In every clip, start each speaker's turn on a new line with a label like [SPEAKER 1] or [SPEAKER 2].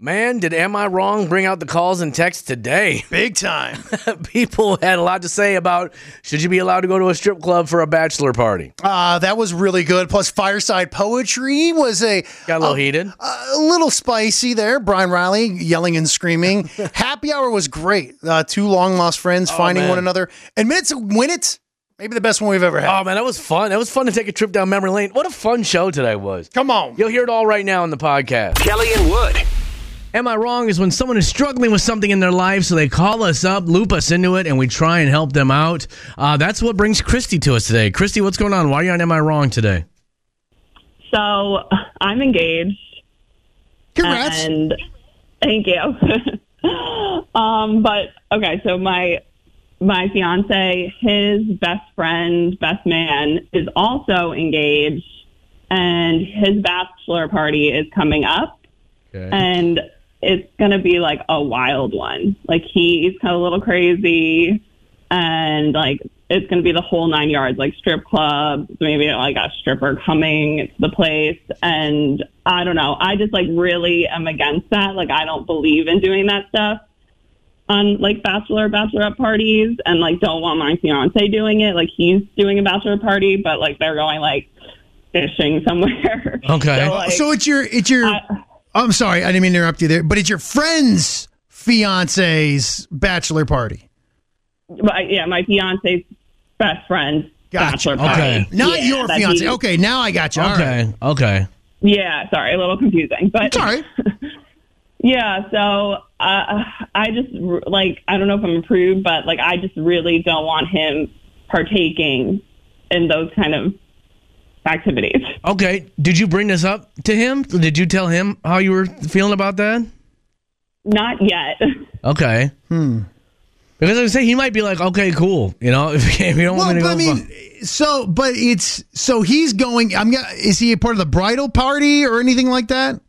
[SPEAKER 1] Man, did Am I Wrong bring out the calls and texts today?
[SPEAKER 2] Big time.
[SPEAKER 1] People had a lot to say about should you be allowed to go to a strip club for a bachelor party?
[SPEAKER 2] Uh, that was really good. Plus, fireside poetry was a
[SPEAKER 1] Got a little heated.
[SPEAKER 2] a little spicy there. Brian Riley yelling and screaming. Happy hour was great. Uh, two long lost friends finding
[SPEAKER 1] man.
[SPEAKER 2] one another. And minutes win it. Maybe the best one we've ever had.
[SPEAKER 1] Oh, man, that was fun. That was fun to take a trip down memory lane. What a fun show today was.
[SPEAKER 2] Come on.
[SPEAKER 1] You'll hear it all right now on the podcast.
[SPEAKER 3] Kelly and Wood.
[SPEAKER 1] Am I wrong is when someone is struggling with something in their life, so they call us up, loop us into it, and we try and help them out. Uh, that's what brings Christy to us today. Christy, what's going on? Why are you on Am I Wrong today?
[SPEAKER 4] So I'm engaged,
[SPEAKER 2] Congrats.
[SPEAKER 4] and thank you. um, but okay, so my my fiance, his best friend, best man, is also engaged, and his bachelor party is coming up,
[SPEAKER 1] Okay.
[SPEAKER 4] and it's gonna be like a wild one. Like he's kind of a little crazy, and like it's gonna be the whole nine yards, like strip clubs, maybe like a stripper coming to the place, and I don't know. I just like really am against that. Like I don't believe in doing that stuff on like bachelor bachelorette parties and like don't want my fiance doing it like he's doing a bachelor party but like they're going like fishing somewhere
[SPEAKER 1] Okay.
[SPEAKER 4] So, like,
[SPEAKER 2] so it's your it's your I, am sorry, I didn't mean to interrupt you there, but it's your friend's fiance's bachelor party.
[SPEAKER 4] my, yeah, my fiance's best friend.
[SPEAKER 2] Gotcha.
[SPEAKER 4] Bachelor party.
[SPEAKER 1] Okay.
[SPEAKER 2] Not
[SPEAKER 4] Yeah,
[SPEAKER 2] your
[SPEAKER 4] that
[SPEAKER 2] fiance.
[SPEAKER 4] he-
[SPEAKER 2] Okay, now I got you. All right.
[SPEAKER 1] Okay. Okay.
[SPEAKER 4] Yeah, sorry, a little confusing, but
[SPEAKER 2] It's all right.
[SPEAKER 4] yeah. So uh, I just r- like I don't know if I'm approved, but like I just really don't want him partaking in those kind of activities.
[SPEAKER 1] Okay. Did you bring this up to him? Did you tell him how you were feeling about that?
[SPEAKER 4] Not yet.
[SPEAKER 1] Okay. Hmm. Because I would say he might be like, okay, cool. You know, if you don't want
[SPEAKER 2] Well,
[SPEAKER 1] me to
[SPEAKER 2] but
[SPEAKER 1] go.
[SPEAKER 2] I mean, so but it's so he's going. I'm. go- Is he a part of the bridal party or anything like that?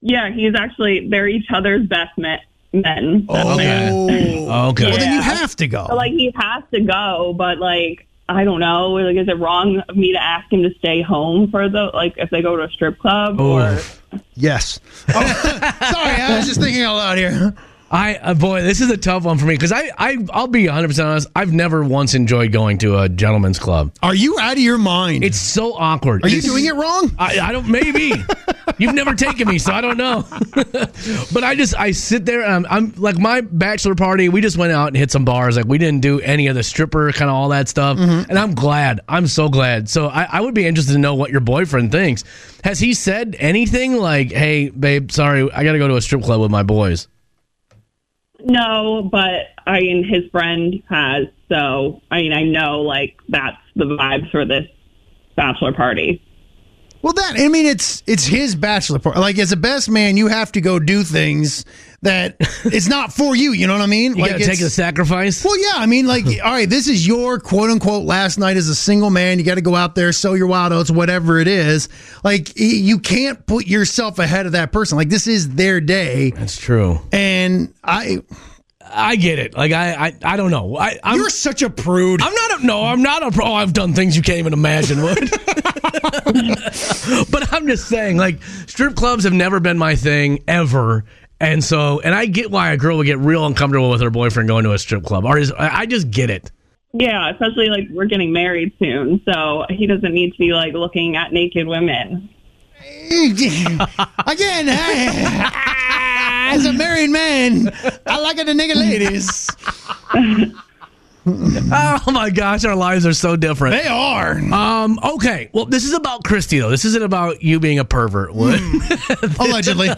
[SPEAKER 4] yeah, he's actually they're each other's best men. men best man.
[SPEAKER 2] Oh.
[SPEAKER 1] Okay.
[SPEAKER 2] Well, then you
[SPEAKER 4] Yeah.
[SPEAKER 2] have to go.
[SPEAKER 4] So, like he has to go, but like I don't know. Like, is it wrong of me to ask him to stay home for the like if they go to a strip club
[SPEAKER 1] Oh.
[SPEAKER 4] or?
[SPEAKER 1] Oof.
[SPEAKER 2] yes. Oh, sorry, I was just thinking out loud here.
[SPEAKER 1] I uh, boy, this is a tough one for me because I, I I'll be 100 percent honest. I've never once enjoyed going to a gentleman's club.
[SPEAKER 2] Are you out of your mind?
[SPEAKER 1] It's so awkward.
[SPEAKER 2] Are you doing it wrong?
[SPEAKER 1] I, I don't. Maybe you've never taken me, so I don't know. but I just I sit there. And I'm, I'm like my bachelor party. We just went out and hit some bars. Like we didn't do any of the stripper kind of all that stuff.
[SPEAKER 2] Mm-hmm.
[SPEAKER 1] And I'm glad. I'm so glad. So I, I would be interested to know what your boyfriend thinks. Has he said anything like, "Hey, babe, sorry, I got to go to a strip club with my boys."
[SPEAKER 4] No, but I mean, his friend has. So, I mean, I know like that's the vibes for this bachelor party.
[SPEAKER 2] Well, that I mean, it's it's his bachelor party. Like as a best man, you have to go do things that it's not for you. You know what I mean?
[SPEAKER 1] You
[SPEAKER 2] like
[SPEAKER 1] got to take
[SPEAKER 2] it's-
[SPEAKER 1] the sacrifice.
[SPEAKER 2] Well, yeah, I mean, like, all right, this is your quote unquote last night as a single man. You got to go out there, sow your wild oats, whatever it is. Like, y- you can't put yourself ahead of that person. Like, this is their day,
[SPEAKER 1] That's true.
[SPEAKER 2] and I,
[SPEAKER 1] I get it. Like I, I, I don't know. I, I'm,
[SPEAKER 2] you're such a prude.
[SPEAKER 1] I'm not a no. I'm not a pro. Oh, I've done things you can't even imagine. Wood. but I'm just saying, like strip clubs have never been my thing ever, and so and I get why a girl would get real uncomfortable with her boyfriend going to a strip club. Or is, I I just get it.
[SPEAKER 4] Yeah, especially like we're getting married soon. So he doesn't need to be like looking at naked women.
[SPEAKER 2] Again, I- as a married man, I like it, the nigga ladies.
[SPEAKER 1] Oh my gosh, our lives are so different.
[SPEAKER 2] They are.
[SPEAKER 1] Um. Okay. Well, this is about Christy though. This isn't about you being a pervert, Wood.
[SPEAKER 2] Allegedly.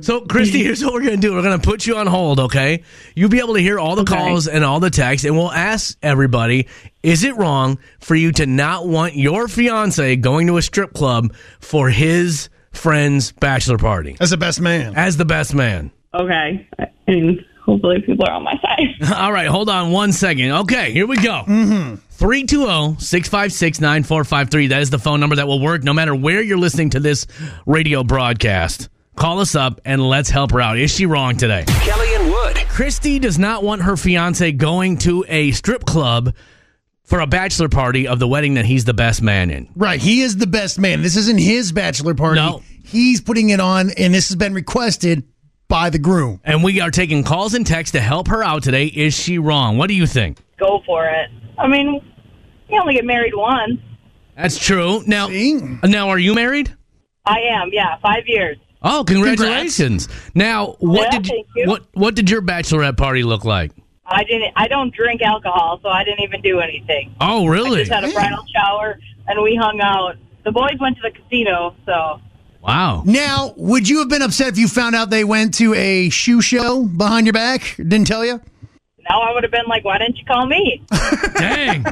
[SPEAKER 1] So, Christy, here's what we're going to do. We're going to put you on hold, okay? You'll be able to hear all the calls and all the texts, and we'll ask everybody is it wrong for you to not want your fiance going to a strip club for his friend's bachelor party
[SPEAKER 2] As a best man.
[SPEAKER 1] as the best man?
[SPEAKER 4] Okay. And hopefully people are on my side.
[SPEAKER 1] All right, hold on one second. Okay, here we go. oh, 320 656 9453. That is the phone number that will work no matter where you're listening to this radio broadcast. Call us up and let's help her out. Is she wrong today?
[SPEAKER 3] Kelly and Wood.
[SPEAKER 1] Christy does not want her fiance going to a strip club for a bachelor party of the wedding that he's the best man in.
[SPEAKER 2] Right. He is the best man. This isn't his bachelor party.
[SPEAKER 1] No.
[SPEAKER 2] He's putting it on, and this has been requested by the groom.
[SPEAKER 1] And we are taking calls and texts to help her out today. Is she wrong? What do you think?
[SPEAKER 4] Go for it. I mean, you only get married once.
[SPEAKER 1] That's true. Now,
[SPEAKER 2] See?
[SPEAKER 1] now are you married?
[SPEAKER 4] I am, yeah, five years.
[SPEAKER 1] Oh, congratulations! Now, what
[SPEAKER 4] Yeah,
[SPEAKER 1] did
[SPEAKER 4] thank you.
[SPEAKER 1] what what did your bachelorette party look like?
[SPEAKER 4] I didn't. I don't drink alcohol, so I didn't even do anything.
[SPEAKER 1] Oh,
[SPEAKER 4] I
[SPEAKER 1] really?
[SPEAKER 4] just had a bridal shower, and we hung out. The boys went to the casino, so
[SPEAKER 1] Wow.
[SPEAKER 2] Now, would you have been upset if you found out they went to a shoe show behind your back? Didn't tell you?
[SPEAKER 4] now I would have been like, "Why didn't you call me?"
[SPEAKER 1] Dang.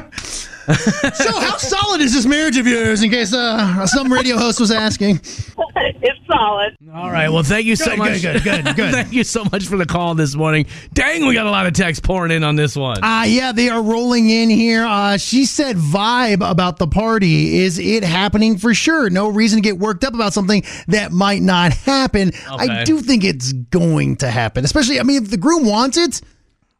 [SPEAKER 2] So, how solid is this marriage of yours? In case uh, some radio host was asking.
[SPEAKER 4] it's solid.
[SPEAKER 1] All right. Well, thank you so
[SPEAKER 2] Good,
[SPEAKER 1] much.
[SPEAKER 2] good, good, good, good.
[SPEAKER 1] thank you so much for the call this morning. Dang, we got a lot of texts pouring in on this one.
[SPEAKER 2] Uh, yeah, they are rolling in here. Uh, she said vibe about the party. Is it happening for sure? No reason to get worked up about something that might not happen. I
[SPEAKER 1] Okay.
[SPEAKER 2] do think it's going to happen, especially, I mean, if the groom wants it,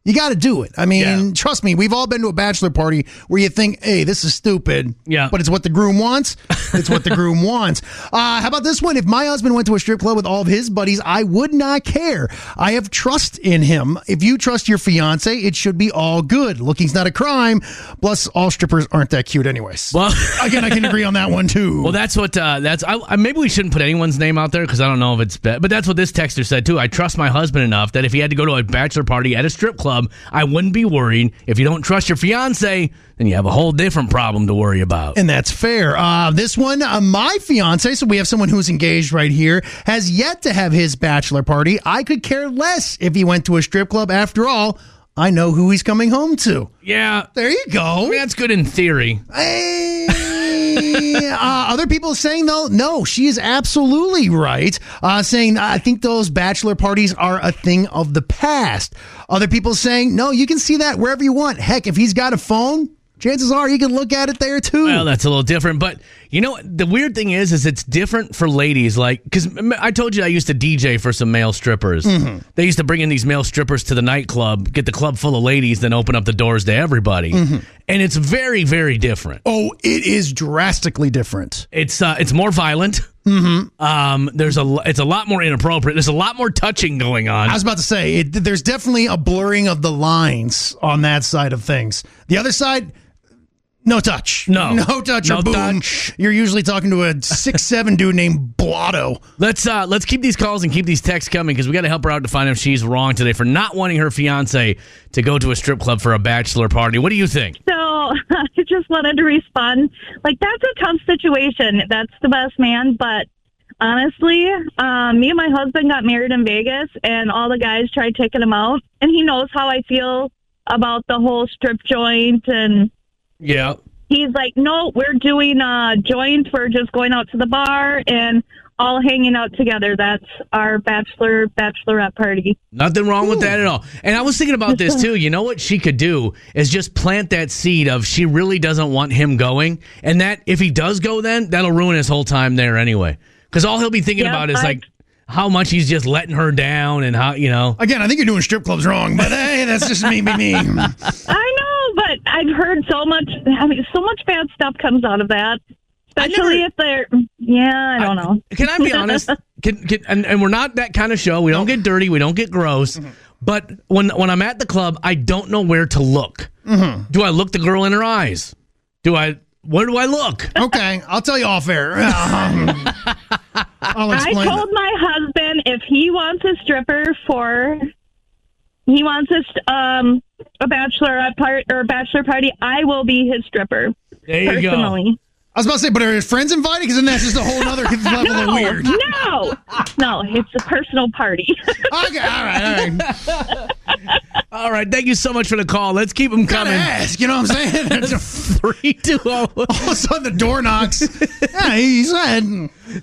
[SPEAKER 2] you got to do it. I mean,
[SPEAKER 1] Yeah.
[SPEAKER 2] trust me, we've all been to a bachelor party where you think, hey, this is stupid.
[SPEAKER 1] Yeah.
[SPEAKER 2] But it's what the groom wants. It's what the groom wants. Uh, how about this one? If my husband went to a strip club with all of his buddies, I would not care. I have trust in him. If you trust your fiance, it should be all good. Looking's not a crime. Plus, all strippers aren't that cute, anyways.
[SPEAKER 1] Well-
[SPEAKER 2] again, I can agree on that one, too.
[SPEAKER 1] Well, that's what uh, that's. I, I, maybe we shouldn't put anyone's name out there because I don't know if it's. Be- but that's what this texter said too. I trust my husband enough that if he had to go to a bachelor party at a strip club, I wouldn't be worried. If you don't trust your fiance, then you have a whole different problem to worry about.
[SPEAKER 2] And that's fair. Uh, this one, uh, my fiance, so we have someone who's engaged right here, has yet to have his bachelor party. I could care less if he went to a strip club. After all, I know who he's coming home to.
[SPEAKER 1] yeah,
[SPEAKER 2] There you go.
[SPEAKER 1] that's good in theory.
[SPEAKER 2] Hey. uh, other people saying though, no, she is absolutely right. Uh, saying I think those bachelor parties are a thing of the past. Other people saying no, you can see that wherever you want. Heck, if he's got a phone, chances are you can look at it there too.
[SPEAKER 1] Well, that's a little different, but you know the weird thing is, is it's different for ladies. Like, because I told you I used to DJ for some male strippers. They used to bring in these male strippers to the nightclub, get the club full of ladies, then open up the doors to everybody. And it's very, very different.
[SPEAKER 2] Oh, it is drastically different.
[SPEAKER 1] It's uh, it's more violent. Mm-hmm. Um, there's a l- it's a lot more inappropriate. There's a lot more touching going on.
[SPEAKER 2] I was about to say, it, there's definitely a blurring of the lines on that side of things. The other side, no touch.
[SPEAKER 1] No.
[SPEAKER 2] No touch
[SPEAKER 1] No
[SPEAKER 2] or boom.
[SPEAKER 1] touch.
[SPEAKER 2] You're usually talking to a six seven dude named Blotto.
[SPEAKER 1] Let's uh, let's keep these calls and keep these texts coming because we got to help her out to find out if she's wrong today for not wanting her fiance to go to a strip club for a bachelor party. What do you think?
[SPEAKER 3] So I just wanted to respond. Like that's a tough situation. That's the best man, but honestly, um, me and my husband got married in Vegas, and all the guys tried taking him out, and he knows how I feel about the whole strip joint, and
[SPEAKER 1] Yeah.
[SPEAKER 3] he's like, "No, we're doing a joint. We're just going out to the bar and all hanging out together. That's our bachelor bachelorette party."
[SPEAKER 1] Nothing wrong with that at all. And I was thinking about this too. You know what she could do is just plant that seed of she really doesn't want him going, and that if he does go, then that'll ruin his whole time there anyway. Because all he'll be thinking
[SPEAKER 3] Yeah,
[SPEAKER 1] about is
[SPEAKER 3] I-
[SPEAKER 1] like how much he's just letting her down and how you know.
[SPEAKER 2] Again, I think you're doing strip clubs wrong, but hey, that's just me, me, me.
[SPEAKER 3] I know, but I've heard so much. I mean, so much bad stuff comes out of that.
[SPEAKER 1] I
[SPEAKER 3] Especially
[SPEAKER 1] never-
[SPEAKER 3] if they're, yeah, I don't know.
[SPEAKER 1] Can I be honest? Can, can, and, and we're not that kind of show. We don't get dirty. We don't get gross.
[SPEAKER 3] Mm-hmm.
[SPEAKER 1] But when when I'm at the club, I don't know where to look.
[SPEAKER 3] Mm-hmm.
[SPEAKER 1] Do I look the girl in her eyes? Do I? Where do I look?
[SPEAKER 2] Okay, I'll tell you off air. Um, I'll
[SPEAKER 3] I
[SPEAKER 2] explain.
[SPEAKER 3] told my husband if he wants a stripper for, he wants a st- um a bachelorette part or bachelor party, I will be his stripper
[SPEAKER 1] There you go.
[SPEAKER 3] personally.
[SPEAKER 2] I was about to say, but are his friends invited? Because then that's just a whole other level of weird.
[SPEAKER 3] No, no, it's a personal party.
[SPEAKER 2] Okay, all right, all right.
[SPEAKER 1] All right. Thank you so much for the call. Let's keep them
[SPEAKER 2] Gotta
[SPEAKER 1] coming.
[SPEAKER 2] ask, you know what I'm saying?
[SPEAKER 1] Three two oh, zero
[SPEAKER 2] all of a sudden the door knocks. yeah, he said.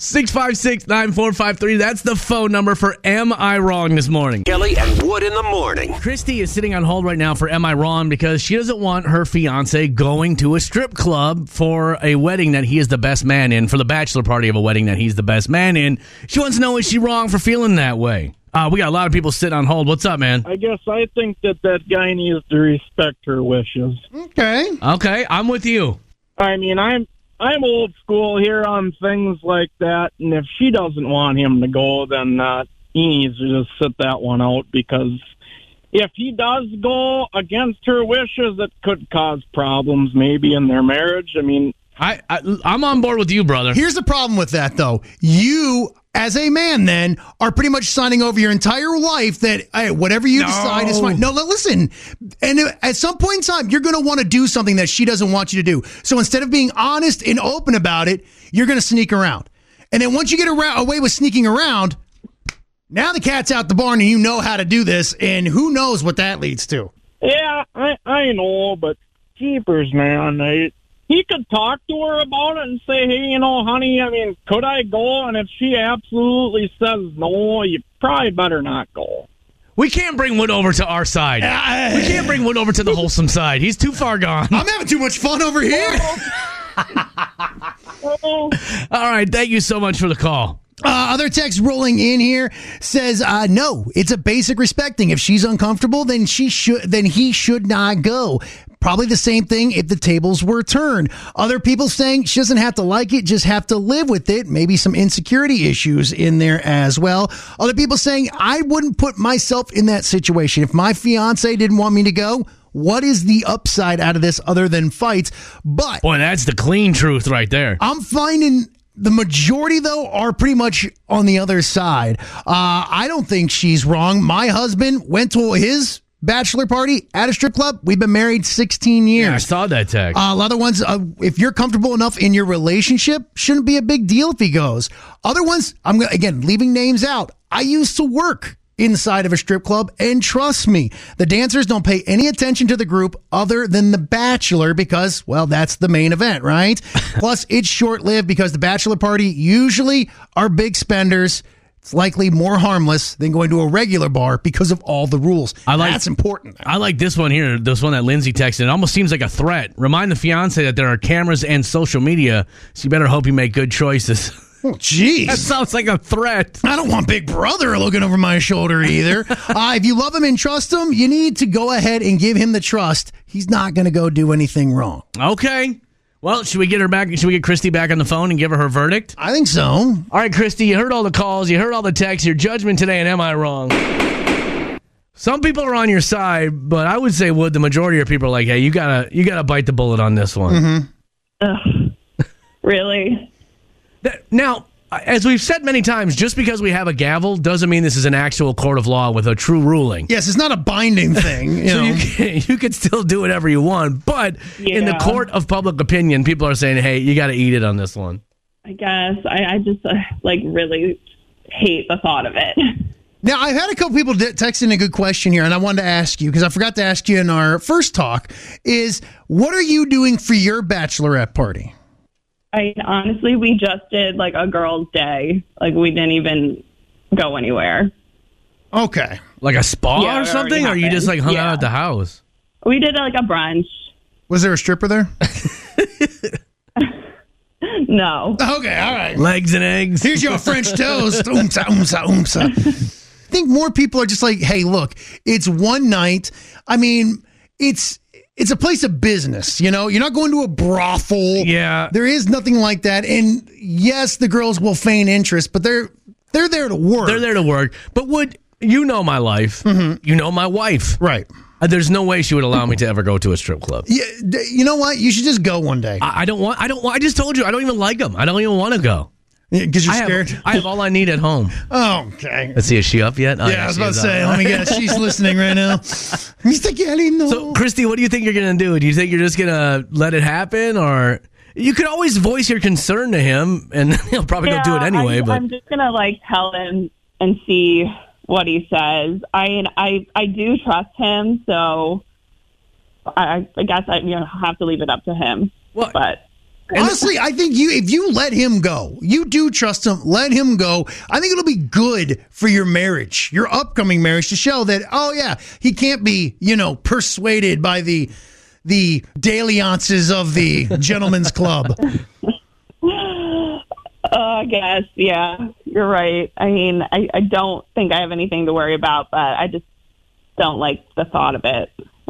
[SPEAKER 1] six five six nine four five three. That's the phone number for Am I Wrong this morning.
[SPEAKER 5] Kelly and Wood in the morning.
[SPEAKER 1] Christy is sitting on hold right now for Am I Wrong because she doesn't want her fiance going to a strip club for a wedding that he is the best man in, for the bachelor party of a wedding that he's the best man in. She wants to know is she wrong for feeling that way? Uh, we got a lot of people sitting on hold. What's up, man?
[SPEAKER 6] I guess I think that that guy needs to respect her wishes.
[SPEAKER 2] Okay.
[SPEAKER 1] Okay, I'm with you.
[SPEAKER 6] I mean, I'm I'm old school here on things like that, and if she doesn't want him to go, then uh, he needs to just sit that one out because if he does go against her wishes, it could cause problems maybe in their marriage. I mean,
[SPEAKER 1] I, I I'm on board with you, brother.
[SPEAKER 2] Here's the problem with that, though. You, as a man, then are pretty much signing over your entire life that hey, whatever you decide is fine. No, li- listen. And uh, at some point in time, you're going to want to do something that she doesn't want you to do. So instead of being honest and open about it, you're going to sneak around. And then once you get around, away with sneaking around, now the cat's out the barn, and you know how to do this. And who knows what that leads to?
[SPEAKER 6] yeah, I I know, but jeepers, man, I, he could talk to her about it and say, hey, you know, honey, I mean, could I go? And if she absolutely says no, you probably better not go.
[SPEAKER 1] We can't bring Wood over to our side.
[SPEAKER 2] I-
[SPEAKER 1] we can't bring Wood over to the wholesome side. He's too far gone.
[SPEAKER 2] I'm having too much fun over here.
[SPEAKER 6] Oh.
[SPEAKER 1] All right, thank you so much for the call.
[SPEAKER 2] Uh, other text rolling in here says, uh, "No, it's a basic respecting. If she's uncomfortable, then she should, then he should not go. Probably the same thing if the tables were turned. Other people saying she doesn't have to like it, just have to live with it. Maybe some insecurity issues in there as well. Other people saying I wouldn't put myself in that situation if my fiance didn't want me to go." What is the upside out of this other than fights? But
[SPEAKER 1] Boy, that's the clean truth right there.
[SPEAKER 2] I'm finding the majority though are pretty much on the other side. Uh, I don't think she's wrong. My husband went to his bachelor party at a strip club. We've been married 16
[SPEAKER 1] Yeah, I
[SPEAKER 2] years.
[SPEAKER 1] saw that text.
[SPEAKER 2] Uh, a lot of ones, uh, if you're comfortable enough in your relationship, shouldn't be a big deal if he goes. Other ones, I'm gonna, again leaving names out. I used to work inside of a strip club, and trust me, the dancers don't pay any attention to the group other than the bachelor because, well, that's the main event, right? Plus, it's short lived because the bachelor party usually are big spenders. It's likely more harmless than going to a regular bar because of all the rules.
[SPEAKER 1] I like-
[SPEAKER 2] that's important.
[SPEAKER 1] I like this one here, this one that Lindsay texted. It almost seems like a threat. Remind the fiance that there are cameras and social media, so you better hope you make good choices.
[SPEAKER 2] Oh, jeez.
[SPEAKER 1] that sounds like a threat.
[SPEAKER 2] I don't want Big Brother looking over my shoulder either. uh, if you love him and trust him, you need to go ahead and give him the trust. He's not going to go do anything wrong.
[SPEAKER 1] Okay. Well, should we get her back? Should we get Christy back on the phone and give her her verdict?
[SPEAKER 2] I think so.
[SPEAKER 1] All right, Christy, you heard all the calls, you heard all the texts, your judgment today, and am I wrong? Some people are on your side, but I would say, Wood, the majority of people are like, hey, you gotta, you gotta bite the bullet on this one.
[SPEAKER 4] Mm-hmm. Ugh. really?
[SPEAKER 1] That- now, as we've said many times, just because we have a gavel doesn't mean this is an actual court of law with a true ruling.
[SPEAKER 2] Yes, it's not a binding thing. You
[SPEAKER 1] So
[SPEAKER 2] know.
[SPEAKER 1] you can, you can still do whatever you want, but in the
[SPEAKER 4] Yeah.
[SPEAKER 1] court of public opinion, people are saying, "Hey, you got to eat it on this one."
[SPEAKER 4] I guess I, I just uh, like really hate the thought of it.
[SPEAKER 2] Now, I've had a couple people de- text in a good question here, and I wanted to ask you because I forgot to ask you in our first talk is what are you doing for your bachelorette party?
[SPEAKER 4] I honestly, we just did like a girls' day. Like we didn't even go anywhere.
[SPEAKER 2] Okay.
[SPEAKER 1] Like a spa
[SPEAKER 4] Yeah,
[SPEAKER 1] or
[SPEAKER 4] it already
[SPEAKER 1] something, or you
[SPEAKER 4] happened.
[SPEAKER 1] just like hung out
[SPEAKER 4] Yeah.
[SPEAKER 1] at the house?
[SPEAKER 4] We did like a brunch.
[SPEAKER 2] Was there a stripper there?
[SPEAKER 4] No,
[SPEAKER 2] okay, all right.
[SPEAKER 1] Legs and eggs.
[SPEAKER 2] Here's your French toast. Oomsa, oomsa, oomsa. I think more people are just like, hey, look, it's one night. I mean, it's it's a place of business, you know? You're not going to a brothel.
[SPEAKER 1] Yeah.
[SPEAKER 2] There is nothing like that. And yes, the girls will feign interest, but they're they're there to work.
[SPEAKER 1] They're there to work, but would you know my life? You know my wife.
[SPEAKER 2] Mm-hmm. Right.
[SPEAKER 1] Uh, There's no way she would allow me to ever go to a strip club.
[SPEAKER 2] Yeah, d- you know what? You should just go one day.
[SPEAKER 1] I, I don't want. I don't. want- I just told you I don't even like them. I don't even want to go.
[SPEAKER 2] Because you're
[SPEAKER 1] I
[SPEAKER 2] scared.
[SPEAKER 1] have, I have all I need at home.
[SPEAKER 2] oh, okay.
[SPEAKER 1] Let's see. Is she up yet? Oh,
[SPEAKER 2] Yeah, I was
[SPEAKER 1] she
[SPEAKER 2] about
[SPEAKER 1] is
[SPEAKER 2] to
[SPEAKER 1] up.
[SPEAKER 2] say, let me guess. She's listening right now. Mr. Kelly, no.
[SPEAKER 1] So, Christy, what do you think you're going to do? Do you think you're just going to let it happen, or you could always voice your concern to him, and he'll probably
[SPEAKER 4] yeah,
[SPEAKER 1] go do it anyway?
[SPEAKER 4] I'm,
[SPEAKER 1] but
[SPEAKER 4] I'm just gonna like tell him and see what he says. I I I do trust him, so I, I guess I you know, have to leave it up to him.
[SPEAKER 1] Well-
[SPEAKER 4] But
[SPEAKER 2] Honestly, I think you if you let him go, you do trust him, let him go. I think it'll be good for your marriage, your upcoming marriage to show that oh yeah, he can't be, you know, persuaded by the the dalliances of the gentleman's club.
[SPEAKER 4] uh, I guess yeah, you're right. I mean, I I don't think I have anything to worry about, but I just don't like the thought of it.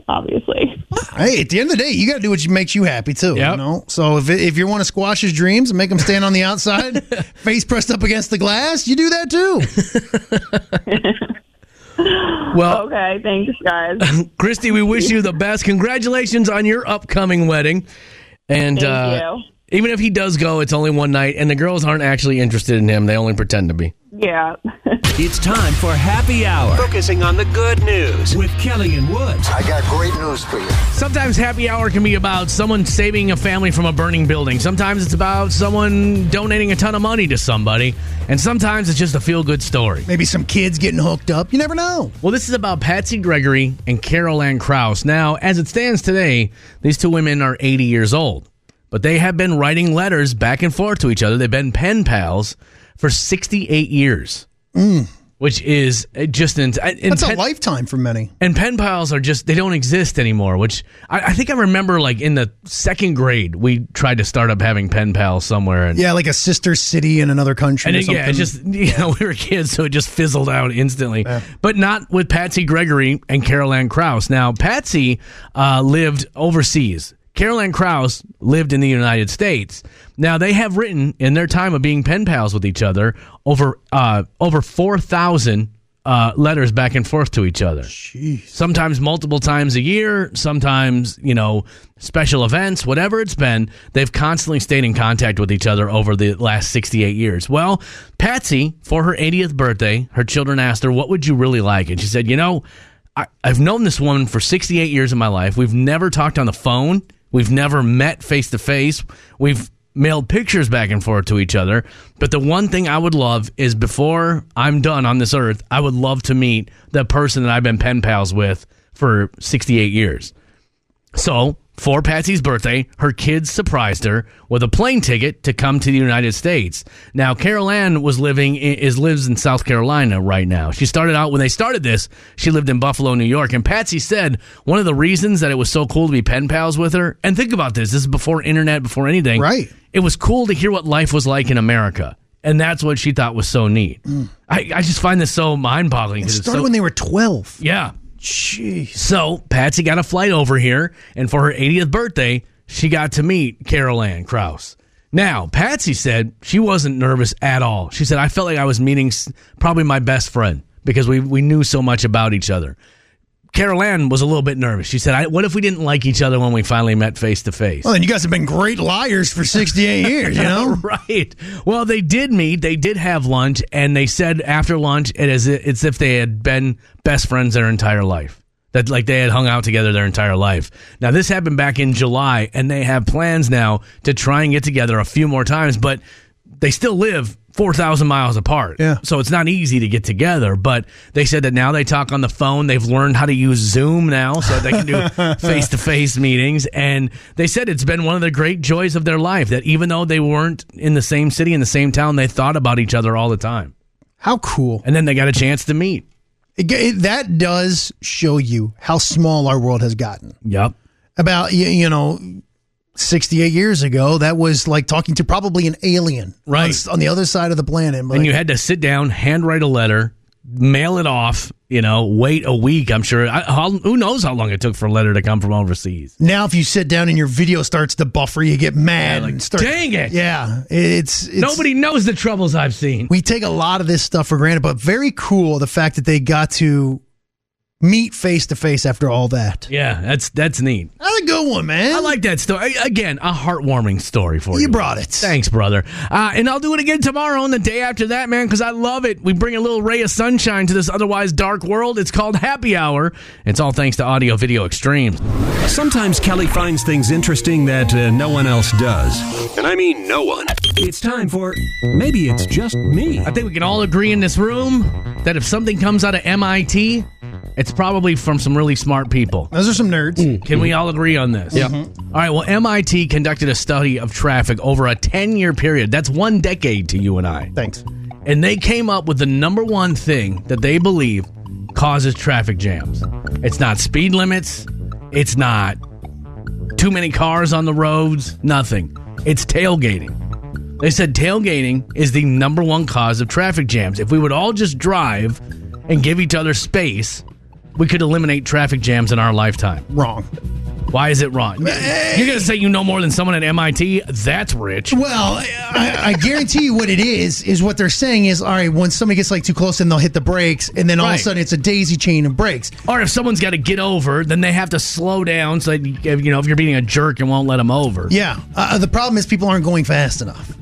[SPEAKER 4] obviously.
[SPEAKER 2] Hey, at the end of the day, you got to do what you- makes you happy too.
[SPEAKER 1] Yep.
[SPEAKER 2] You know. So if if you want to squash his dreams and make him stand on the outside, face pressed up against the glass, you do that too.
[SPEAKER 1] Well,
[SPEAKER 4] Okay, thanks, guys.
[SPEAKER 1] Christy, we wish you the best. Congratulations on your upcoming wedding. And
[SPEAKER 4] Thank
[SPEAKER 1] uh, even if he does go, it's only one night, and the girls aren't actually interested in him. They only pretend to be.
[SPEAKER 4] you. Yeah.
[SPEAKER 7] It's time for Happy Hour
[SPEAKER 5] Focusing on the good news.
[SPEAKER 7] with Kelly and Woods.
[SPEAKER 8] I got great news for you.
[SPEAKER 1] Sometimes happy hour can be about someone saving a family from a burning building. Sometimes it's about someone donating a ton of money to somebody. And sometimes it's just a feel good story.
[SPEAKER 2] Maybe some kids getting hooked up. You never know.
[SPEAKER 1] Well, this is about Patsy Gregory and Carol Ann Krause. Now, as it stands today, these two women are 80 years old, but they have been writing letters back and forth to each other. They've been pen pals for 68 years, which is uh, just ins- and
[SPEAKER 2] That's
[SPEAKER 1] pen-
[SPEAKER 2] a lifetime for many.
[SPEAKER 1] and pen pals are just they don't exist anymore. Which I, I think I remember, like in the second grade, we tried to start up having pen pals somewhere, and
[SPEAKER 2] Yeah, like a sister city in another country.
[SPEAKER 1] and
[SPEAKER 2] or
[SPEAKER 1] it, yeah, it
[SPEAKER 2] something.
[SPEAKER 1] just you know we were kids, so it just fizzled out instantly. But not with Patsy Gregory and Carol Ann Krause. Now Patsy uh, lived overseas. Carol Ann Krause lived in the United States. Now they have written in their time of being pen pals with each other over uh, over four thousand uh, letters back and forth to each other. Sometimes multiple times a year. Sometimes you know special events. Whatever it's been, they've constantly stayed in contact with each other over the last 68 years. Well, Patsy, for her 80th birthday, her children asked her, "What would you really like?" And she said, "You know." I, I've known this woman for 68 years of my life. We've never talked on the phone. We've never met face to face. We've mailed pictures back and forth to each other. But the one thing I would love is before I'm done on this earth, I would love to meet the person that I've been pen pals with for 68 years. So, for Patsy's birthday, her kids surprised her with a plane ticket to come to the United States. Now, Carol Ann was living is lives in South Carolina right now. She started out when they started this, she lived in Buffalo, New York, and Patsy said one of the reasons that it was so cool to be pen pals with her. And think about this, this is before internet, before anything.
[SPEAKER 2] Right.
[SPEAKER 1] It was cool to hear what life was like in America. And that's what she thought was so neat. I, I just find this so mind boggling.
[SPEAKER 2] Mm. It started when they were twelve.
[SPEAKER 1] yeah.
[SPEAKER 2] Jeez.
[SPEAKER 1] So Patsy got a flight over here, and for her 80th birthday, she got to meet Carol Ann Krause. Now, Patsy said she wasn't nervous at all. She said, I felt like I was meeting s- probably my best friend because we, we knew so much about each other. Carol Ann was a little bit nervous. She said, I, What if we didn't like each other when we finally met face to face?
[SPEAKER 2] Well, then Oh, you guys have been great liars for sixty-eight years. You know.
[SPEAKER 1] Right. Well, they did meet. They did have lunch, and they said after lunch, it is it's if they had been best friends their entire life. That like they had hung out together their entire life. Now this happened back in July, and they have plans now to try and get together a few more times, but they still live. 4,000 miles apart.
[SPEAKER 2] Yeah.
[SPEAKER 1] So it's not easy to get together, but they said that now they talk on the phone. They've learned how to use Zoom now so they can do face to face meetings. And they said it's been one of the great joys of their life that even though they weren't in the same city, in the same town, they thought about each other all the time.
[SPEAKER 2] How cool.
[SPEAKER 1] And then they got a chance to meet.
[SPEAKER 2] It, it- that does show you how small our world has gotten.
[SPEAKER 1] Yep.
[SPEAKER 2] About y- you know, sixty-eight years ago, that was like talking to probably an alien,
[SPEAKER 1] Right.
[SPEAKER 2] on, s- on the other side of the planet. Like,
[SPEAKER 1] and you had to sit down, handwrite a letter, mail it off, you know, wait a week, I'm sure. I, how, who knows how long it took for a letter to come from overseas?
[SPEAKER 2] now, if you sit down and your video starts to buffer, you get mad and start.
[SPEAKER 1] Dang it.
[SPEAKER 2] Yeah, it's, it's
[SPEAKER 1] Nobody knows the troubles I've seen.
[SPEAKER 2] we take a lot of this stuff for granted, but very cool the fact that they got to meet face to face after all that.
[SPEAKER 1] Yeah, that's that's neat.
[SPEAKER 2] That's a good one, man.
[SPEAKER 1] I like that story. Again, a heartwarming story for you.
[SPEAKER 2] you brought it.
[SPEAKER 1] Thanks, brother. Uh, and I'll do it again tomorrow and the day after that, man, because I love it. We bring a little ray of sunshine to this otherwise dark world. It's called Happy Hour. It's all thanks to Audio Video Extremes.
[SPEAKER 7] Sometimes Kelly finds things interesting that uh, no one else does.
[SPEAKER 5] And I mean no one.
[SPEAKER 7] It's time for Maybe It's Just Me.
[SPEAKER 1] I think we can all agree in this room that if something comes out of MIT, it's probably from some really smart people.
[SPEAKER 2] Those are some nerds.
[SPEAKER 1] Can we all agree on this? Yeah. right. Well, MIT conducted a study of traffic over a 10 year period. That's one decade to you and I.
[SPEAKER 2] Thanks.
[SPEAKER 1] and they came up with the number one thing that they believe causes traffic jams. It's not speed limits, it's not too many cars on the roads, nothing. It's tailgating. They said tailgating is the number one cause of traffic jams. If we would all just drive and give each other space, we could eliminate traffic jams in our lifetime.
[SPEAKER 2] Wrong.
[SPEAKER 1] Why is it wrong? You're going to say you know more than someone at MIT? That's rich.
[SPEAKER 2] Well, I, I guarantee you what it is is what they're saying is all right. When somebody gets like too close, then they'll hit the brakes, and then all of
[SPEAKER 1] Right.
[SPEAKER 2] a sudden it's a daisy chain of brakes.
[SPEAKER 1] Or if someone's got to get over, then they have to slow down so that, you know, if you're being a jerk and won't let them over.
[SPEAKER 2] Yeah, uh, the problem is people aren't going fast enough.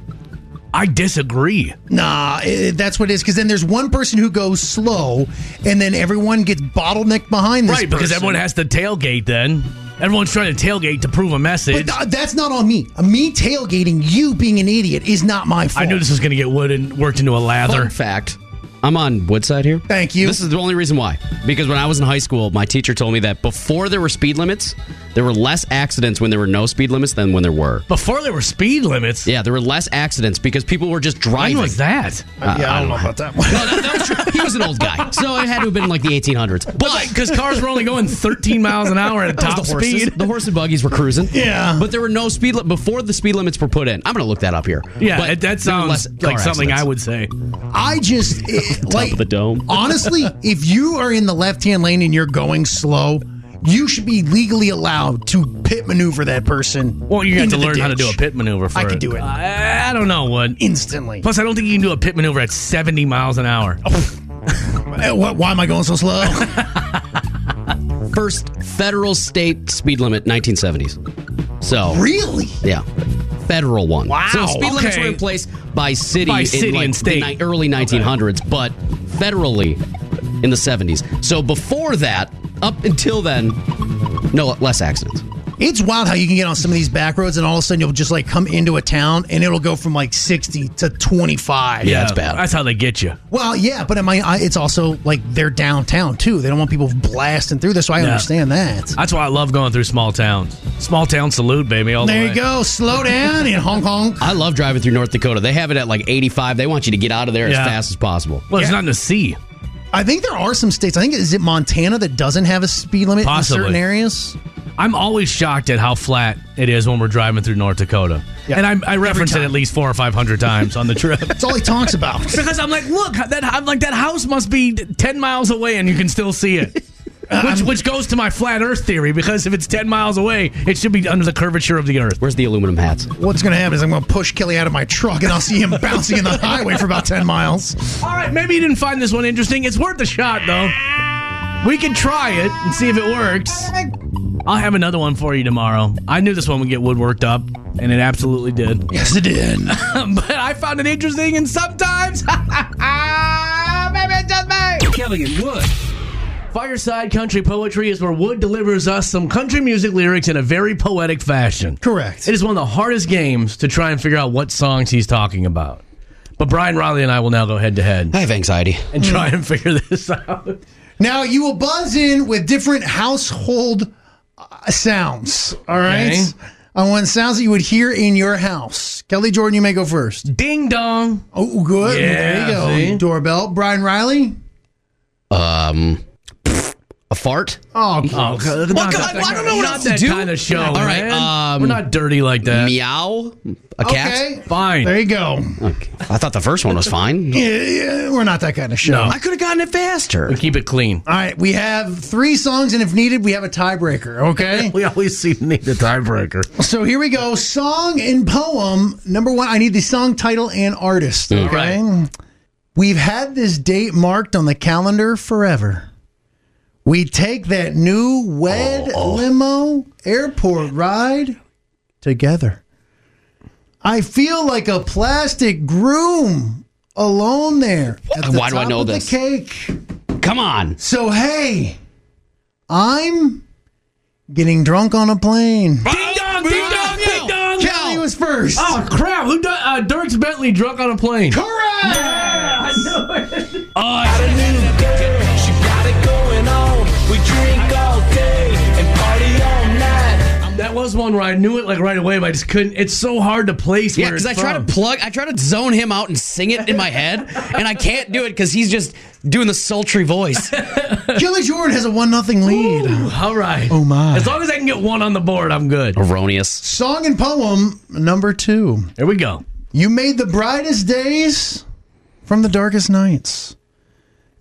[SPEAKER 1] I disagree.
[SPEAKER 2] Nah, it, that's what it is. Because then there's one person who goes slow, and then everyone gets bottlenecked behind this.
[SPEAKER 1] Right, because
[SPEAKER 2] person.
[SPEAKER 1] everyone has to tailgate then. Everyone's trying to tailgate to prove a message.
[SPEAKER 2] But uh, th- that's not on me. Me tailgating you being an idiot is not my fault.
[SPEAKER 1] I knew this was going to get wood and worked into a
[SPEAKER 8] Fun
[SPEAKER 1] lather.
[SPEAKER 8] fact. I'm on Woodside here.
[SPEAKER 2] Thank you.
[SPEAKER 8] This is the only reason why. Because when I was in high school, my teacher told me that before there were speed limits, there were less accidents when there were no speed limits than when there were.
[SPEAKER 1] Before there were speed limits,
[SPEAKER 8] Yeah, there were less accidents because people were just driving.
[SPEAKER 1] when was that?
[SPEAKER 2] yeah, I, don't know about that one.
[SPEAKER 8] No, that, that was true. He was an old guy, so it had to have been like the 1800s. But
[SPEAKER 1] Because cars were only going 13 miles an hour at
[SPEAKER 8] That
[SPEAKER 1] top
[SPEAKER 8] was the horses.
[SPEAKER 1] speed.
[SPEAKER 8] The horse and buggies were cruising.
[SPEAKER 2] Yeah.
[SPEAKER 8] but there were no speed li- before the speed limits were put in. I'm gonna look that up here.
[SPEAKER 1] Yeah,
[SPEAKER 8] But
[SPEAKER 1] it- that
[SPEAKER 8] there were
[SPEAKER 1] sounds
[SPEAKER 8] less
[SPEAKER 1] like
[SPEAKER 8] car
[SPEAKER 1] something I
[SPEAKER 8] accidents.
[SPEAKER 1] would say.
[SPEAKER 2] I just it, like
[SPEAKER 8] of the dome.
[SPEAKER 2] honestly, if you are in the left-hand lane and you're going slow, you should be legally allowed to pit maneuver that person.
[SPEAKER 1] Well, you have
[SPEAKER 2] into
[SPEAKER 1] to
[SPEAKER 2] the
[SPEAKER 1] learn how to
[SPEAKER 2] ditch
[SPEAKER 1] do a pit maneuver for
[SPEAKER 2] I could do it.
[SPEAKER 1] I, I don't know what.
[SPEAKER 2] instantly.
[SPEAKER 1] Plus, I don't think you can do a pit maneuver at 70 miles an hour.
[SPEAKER 8] Oh,
[SPEAKER 2] Eh, wh- Why am I going so slow?
[SPEAKER 8] First federal state speed limit 1970s. So
[SPEAKER 2] really?
[SPEAKER 8] yeah, federal one. Wow. So speed limits
[SPEAKER 1] Okay.
[SPEAKER 8] were in place by city,
[SPEAKER 1] By city
[SPEAKER 8] in like
[SPEAKER 1] and state.
[SPEAKER 8] the ni- early 1900s, but federally in the 70s. So before that, up until then, no less accidents.
[SPEAKER 2] It's wild how you can get on some of these back roads and all of a sudden you'll just like come into a town and it'll go from like 60 to 25.
[SPEAKER 8] Yeah, it's bad.
[SPEAKER 1] That's how they get you.
[SPEAKER 2] Well, yeah, but am I, I, it's also like they're downtown too. They don't want people blasting through there, so I
[SPEAKER 1] Yeah.
[SPEAKER 2] understand that.
[SPEAKER 1] That's why I love going through small towns. Small town salute, baby. All the
[SPEAKER 2] there you
[SPEAKER 1] way.
[SPEAKER 2] go. Slow down and honk honk.
[SPEAKER 8] I love driving through North Dakota. They have it at like 85. They want you to get out of there
[SPEAKER 1] Yeah.
[SPEAKER 8] as fast as possible.
[SPEAKER 1] Well, there's nothing to see.
[SPEAKER 2] I think there are some states. I think is it Montana that doesn't have a speed limit
[SPEAKER 1] Possibly.
[SPEAKER 2] in certain areas.
[SPEAKER 1] I'm always shocked at how flat it is when we're driving through North Dakota. And I, I reference it at least four or 500 times on the trip.
[SPEAKER 2] That's all he talks about.
[SPEAKER 1] because I'm like, look, that I'm like that house must be ten miles away, and you can still see it.
[SPEAKER 2] Uh,
[SPEAKER 1] Which, which goes to my flat Earth theory because if it's ten miles away, it should be under the curvature of the Earth.
[SPEAKER 8] Where's the aluminum hats?
[SPEAKER 2] What's going to happen is I'm going to push Kelly out of my truck and I'll see him bouncing in the highway for about 10 miles.
[SPEAKER 1] All right, maybe you didn't find this one interesting. It's worth a shot though. We can try it and see if it works. I'll have another one for you tomorrow. I knew this one would get woodworked up, and it absolutely did.
[SPEAKER 2] Yes, it did.
[SPEAKER 1] but I found it interesting, and sometimes maybe it's just me.
[SPEAKER 5] Kelly and Wood.
[SPEAKER 1] Fireside Country Poetry is where Wood delivers us some country music lyrics in a very poetic fashion.
[SPEAKER 2] Correct.
[SPEAKER 1] It is one of the hardest games to try and figure out what songs he's talking about. But Brian Riley and I will now go head to head
[SPEAKER 8] I have anxiety.
[SPEAKER 1] and try and figure this out.
[SPEAKER 2] Now you will buzz in with different household uh, sounds. All right.
[SPEAKER 1] Okay.
[SPEAKER 2] I want sounds that you would hear in your house. Kelly Jordan, you may go first.
[SPEAKER 1] Ding dong.
[SPEAKER 2] Oh, good.
[SPEAKER 1] Yeah,
[SPEAKER 2] there you go.
[SPEAKER 1] see?
[SPEAKER 2] Doorbell. Brian Riley.
[SPEAKER 8] Um, a fart?
[SPEAKER 2] Oh,
[SPEAKER 1] Oh, God, not
[SPEAKER 8] God,
[SPEAKER 1] that-
[SPEAKER 8] I don't know what
[SPEAKER 1] not
[SPEAKER 8] else to
[SPEAKER 1] that
[SPEAKER 8] do.
[SPEAKER 1] kind of show.
[SPEAKER 8] All right,
[SPEAKER 1] man.
[SPEAKER 8] um,
[SPEAKER 1] we're not dirty like that.
[SPEAKER 8] Meow? A cat?
[SPEAKER 2] okay.
[SPEAKER 1] Fine.
[SPEAKER 2] There you go.
[SPEAKER 8] Okay. I thought the first one was fine.
[SPEAKER 2] Yeah, yeah, we're not that kind of show.
[SPEAKER 1] No.
[SPEAKER 8] I could have gotten it faster.
[SPEAKER 1] We keep it clean.
[SPEAKER 2] All right, we have three songs, and if needed, we have a tiebreaker. Okay,
[SPEAKER 1] We always seem to need a tiebreaker.
[SPEAKER 2] so here we go. Song and poem number one. I need the song title and artist. Okay, we've had this date marked on the calendar forever. We take that new wed
[SPEAKER 8] Oh,
[SPEAKER 2] limo airport ride together. I feel like a plastic groom alone there. At the
[SPEAKER 8] Why do I
[SPEAKER 2] top
[SPEAKER 8] know
[SPEAKER 2] of
[SPEAKER 8] this?
[SPEAKER 2] The cake.
[SPEAKER 8] Come on.
[SPEAKER 2] So hey, I'm getting drunk on a plane.
[SPEAKER 1] Ding dong, ding dong, ding dong.
[SPEAKER 2] Kelly was first.
[SPEAKER 1] Oh crap! Who done, uh, Dirks Bentley drunk on a plane? Oh,
[SPEAKER 2] Correct.
[SPEAKER 5] Got a new girl, she got it going on. We drink all day and party all night.
[SPEAKER 1] That was one where I knew it like right away, but I just couldn't. It's so hard to place.
[SPEAKER 8] Yeah,
[SPEAKER 1] where
[SPEAKER 8] because
[SPEAKER 1] it's
[SPEAKER 8] I try to
[SPEAKER 1] from.
[SPEAKER 8] plug, I try to zone him out and sing it in my head, and I can't do it because he's just doing the sultry voice.
[SPEAKER 2] Kelly Jordan has a one nothing lead.
[SPEAKER 1] All right.
[SPEAKER 2] Oh, my.
[SPEAKER 1] As long as I can get one on the board, I'm good.
[SPEAKER 8] Erroneous.
[SPEAKER 2] Song and poem number two.
[SPEAKER 1] Here we go.
[SPEAKER 2] You made the brightest days from the darkest nights.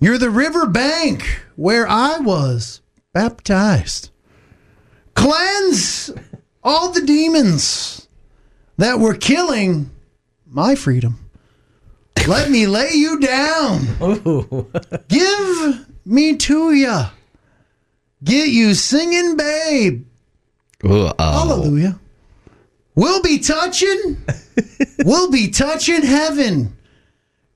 [SPEAKER 2] You're the river bank where I was baptized. Cleanse all the demons that were killing my freedom. Let me lay you down. Give me to ya. Get you singing, babe.
[SPEAKER 8] uh,
[SPEAKER 2] Hallelujah. We'll be touching. we'll be touching heaven.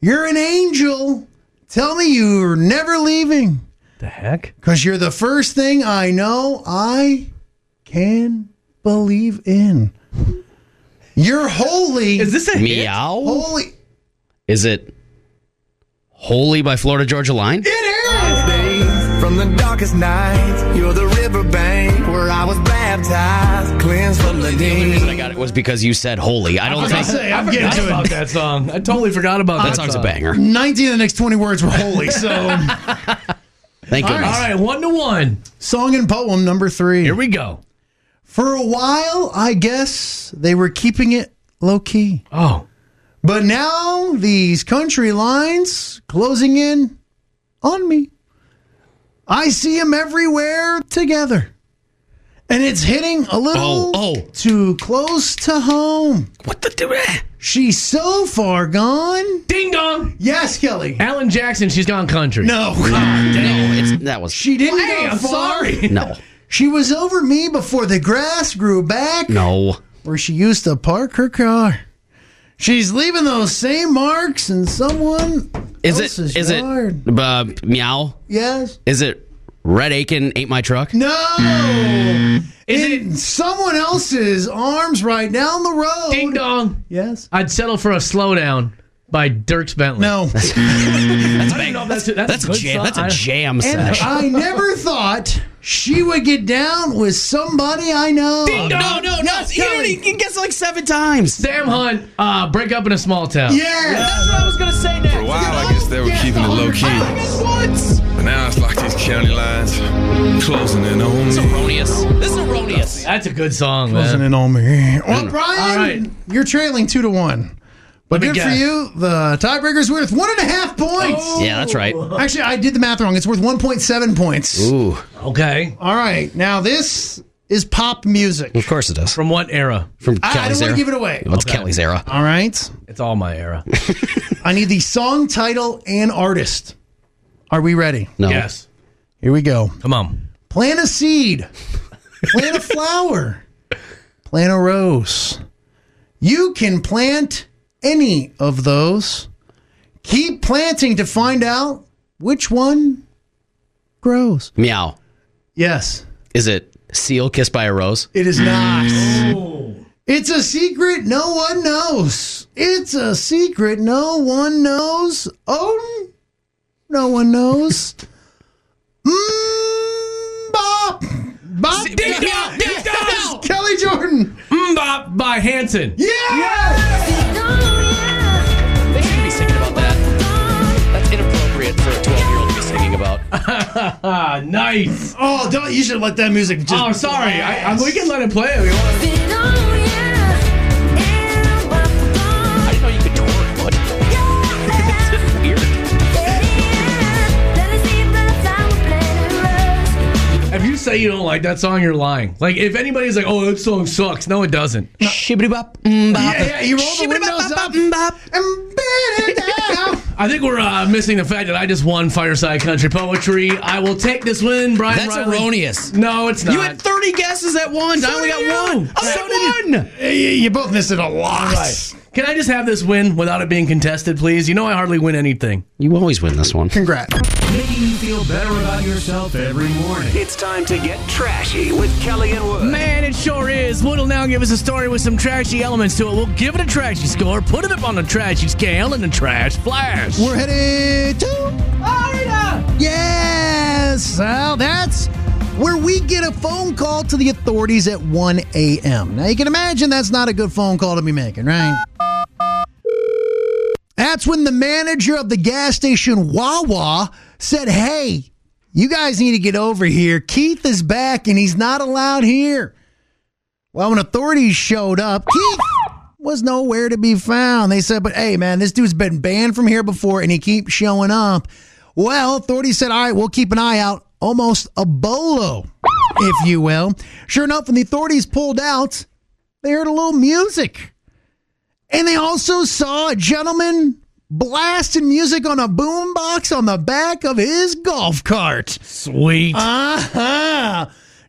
[SPEAKER 2] You're an angel. Tell me you're never leaving.
[SPEAKER 1] The heck?
[SPEAKER 2] Because you're the first thing I know I can believe in. You're holy.
[SPEAKER 1] Is this a hit?
[SPEAKER 8] Meow?
[SPEAKER 2] holy?
[SPEAKER 8] Is it Holy by Florida Georgia Line?
[SPEAKER 5] days from the darkest nights. You're the riverbank where I was baptized, cleansed from the
[SPEAKER 8] The only reason I
[SPEAKER 5] demons.
[SPEAKER 8] got it was because you said holy. I don't think
[SPEAKER 2] Say, I'm
[SPEAKER 1] I
[SPEAKER 2] getting
[SPEAKER 1] forgot
[SPEAKER 2] to
[SPEAKER 1] about
[SPEAKER 2] it.
[SPEAKER 1] that song. I totally forgot about that.
[SPEAKER 8] that song's a
[SPEAKER 1] song.
[SPEAKER 8] banger.
[SPEAKER 2] 19 of the next 20 words were holy. So,
[SPEAKER 8] Thank
[SPEAKER 1] All
[SPEAKER 8] goodness.
[SPEAKER 1] right, one to one.
[SPEAKER 2] song and poem number three.
[SPEAKER 1] Here we go.
[SPEAKER 2] For a while, I guess they were keeping it low key.
[SPEAKER 1] Oh,
[SPEAKER 2] But now these country lines closing in on me. I see them everywhere together. And it's hitting a little
[SPEAKER 8] Oh, oh.
[SPEAKER 2] too close to home.
[SPEAKER 8] What the do?
[SPEAKER 2] She's so far gone.
[SPEAKER 1] ding dong.
[SPEAKER 2] Yes, Kelly.
[SPEAKER 1] Alan Jackson. She's gone country.
[SPEAKER 2] No.
[SPEAKER 8] No, it's that was
[SPEAKER 2] She didn't
[SPEAKER 1] Hey,
[SPEAKER 2] go
[SPEAKER 1] I'm
[SPEAKER 2] far.
[SPEAKER 1] sorry.
[SPEAKER 8] no,
[SPEAKER 2] She was over me before the grass grew back
[SPEAKER 8] no.
[SPEAKER 2] where she used to park her car. She's leaving those same marks in someone
[SPEAKER 8] Is
[SPEAKER 2] else's
[SPEAKER 8] it? Is it?
[SPEAKER 2] yard.
[SPEAKER 8] Uh, meow.
[SPEAKER 2] Yes.
[SPEAKER 8] Is it? Red Aiken ate my truck.
[SPEAKER 2] No. Is it someone else's arms right down the road?
[SPEAKER 1] Ding dong.
[SPEAKER 2] Yes.
[SPEAKER 1] I'd settle for a slowdown by Dirks Bentley.
[SPEAKER 2] No.
[SPEAKER 1] that's bang. That's, that's,
[SPEAKER 8] That's a
[SPEAKER 1] good
[SPEAKER 8] jam.
[SPEAKER 1] song.
[SPEAKER 8] That's a
[SPEAKER 1] I-
[SPEAKER 8] jam
[SPEAKER 2] And
[SPEAKER 8] sesh.
[SPEAKER 2] I never thought she would get down with somebody I know.
[SPEAKER 1] Ding dong.
[SPEAKER 8] No, no, no.
[SPEAKER 2] Yes,
[SPEAKER 8] he
[SPEAKER 2] Kelly.
[SPEAKER 8] already he gets it like seven times.
[SPEAKER 1] Sam Hunt. Uh, break up in a small town.
[SPEAKER 2] Yes.
[SPEAKER 8] what I was gonna say next.
[SPEAKER 9] For a while, I guess they were keeping it low key. But now it's like these county lines closing in on
[SPEAKER 8] It's
[SPEAKER 9] me.
[SPEAKER 8] erroneous. This is erroneous.
[SPEAKER 1] That's a good song,
[SPEAKER 2] Wasn't
[SPEAKER 1] man.
[SPEAKER 2] in on me. Well,
[SPEAKER 1] All
[SPEAKER 2] Brian,
[SPEAKER 1] right.
[SPEAKER 2] you're trailing two to one. But
[SPEAKER 1] me
[SPEAKER 2] good for
[SPEAKER 1] guess.
[SPEAKER 2] you. The tiebreaker's worth one and a half points.
[SPEAKER 8] Yeah, that's right.
[SPEAKER 2] Actually, I did the math wrong. It's worth 1.7 points.
[SPEAKER 8] Oh. Ooh,
[SPEAKER 1] Okay.
[SPEAKER 2] All right. Now, this is pop music.
[SPEAKER 8] of course it does.
[SPEAKER 1] From what era?
[SPEAKER 8] From
[SPEAKER 2] I- I don't
[SPEAKER 8] Kelly's
[SPEAKER 2] wanna
[SPEAKER 8] era.
[SPEAKER 2] give it away.
[SPEAKER 8] Well, it's Kelly's era.
[SPEAKER 2] All right.
[SPEAKER 1] It's all my era.
[SPEAKER 2] I need the song title and artist. Are we ready?
[SPEAKER 8] No.
[SPEAKER 1] yes.
[SPEAKER 2] Here we go.
[SPEAKER 1] Come on.
[SPEAKER 2] Plant a seed. Plant a flower. Plant a rose. You can plant any of those. Keep planting to find out which one grows.
[SPEAKER 8] Meow.
[SPEAKER 2] Yes,
[SPEAKER 8] Is it Seal Kissed by a Rose?
[SPEAKER 2] it is not. It's a secret no one knows. It's a secret no one knows. Oh, no one knows. Mm, Bop. Bop.
[SPEAKER 1] Ding dong, ding dong.
[SPEAKER 2] Kelly Jordan.
[SPEAKER 1] Mbop by Hanson.
[SPEAKER 2] Yeah.
[SPEAKER 8] They shouldn't be singing about that. That's inappropriate for a 12 year old to be singing about.
[SPEAKER 1] Ah, nice.
[SPEAKER 2] Oh, don't you should let that music just.
[SPEAKER 1] Oh, sorry. I, I, we can let it play. if we want.
[SPEAKER 8] I didn't know you could twerk, but it's weird.
[SPEAKER 1] If you say you don't like that song, you're lying. Like if anybody's like, "Oh, that song sucks," no, it doesn't.
[SPEAKER 8] Shibbity bop, mm bop.
[SPEAKER 2] yeah, yeah, you roll the windows up.
[SPEAKER 8] bop.
[SPEAKER 2] And beat it down.
[SPEAKER 1] I think we're uh, missing the fact that I just won Fireside Country Poetry. I will take this win, Brian.
[SPEAKER 8] That's
[SPEAKER 1] Riley.
[SPEAKER 8] erroneous.
[SPEAKER 1] No, it's not.
[SPEAKER 8] You had 30 guesses at once. I only
[SPEAKER 1] did
[SPEAKER 8] got
[SPEAKER 1] you.
[SPEAKER 8] one. I
[SPEAKER 1] So
[SPEAKER 8] got one.
[SPEAKER 2] You- you both missed it a lot.
[SPEAKER 1] Can I just have this win without it being contested, please? You know I hardly win anything.
[SPEAKER 8] You always win this one.
[SPEAKER 2] Congrats.
[SPEAKER 5] Making you feel better about yourself every morning. It's time to get trashy with Kelly and Wood.
[SPEAKER 1] Man, it sure is. Wood'll now give us a story with some trashy elements to it. We'll give it a trashy score, put it up on the trashy scale, and the trash flash.
[SPEAKER 2] We're headed to Florida. Yes. Well, that's where we get a phone call to the authorities at 1 a.m. Now, you can imagine that's not a good phone call to be making, right? That's when the manager of the gas station Wawa said, Hey, you guys need to get over here. Keith is back and he's not allowed here. Well, when authorities showed up, Keith was nowhere to be found. They said, but hey, man, this dude's been banned from here before and he keeps showing up. Well, authorities said, all right, we'll keep an eye out. Almost a bolo, if you will. Sure enough, when the authorities pulled out, they heard a little music. And they also saw a gentleman blasting music on a boombox on the back of his golf cart.
[SPEAKER 1] Sweet.
[SPEAKER 2] Uh-huh.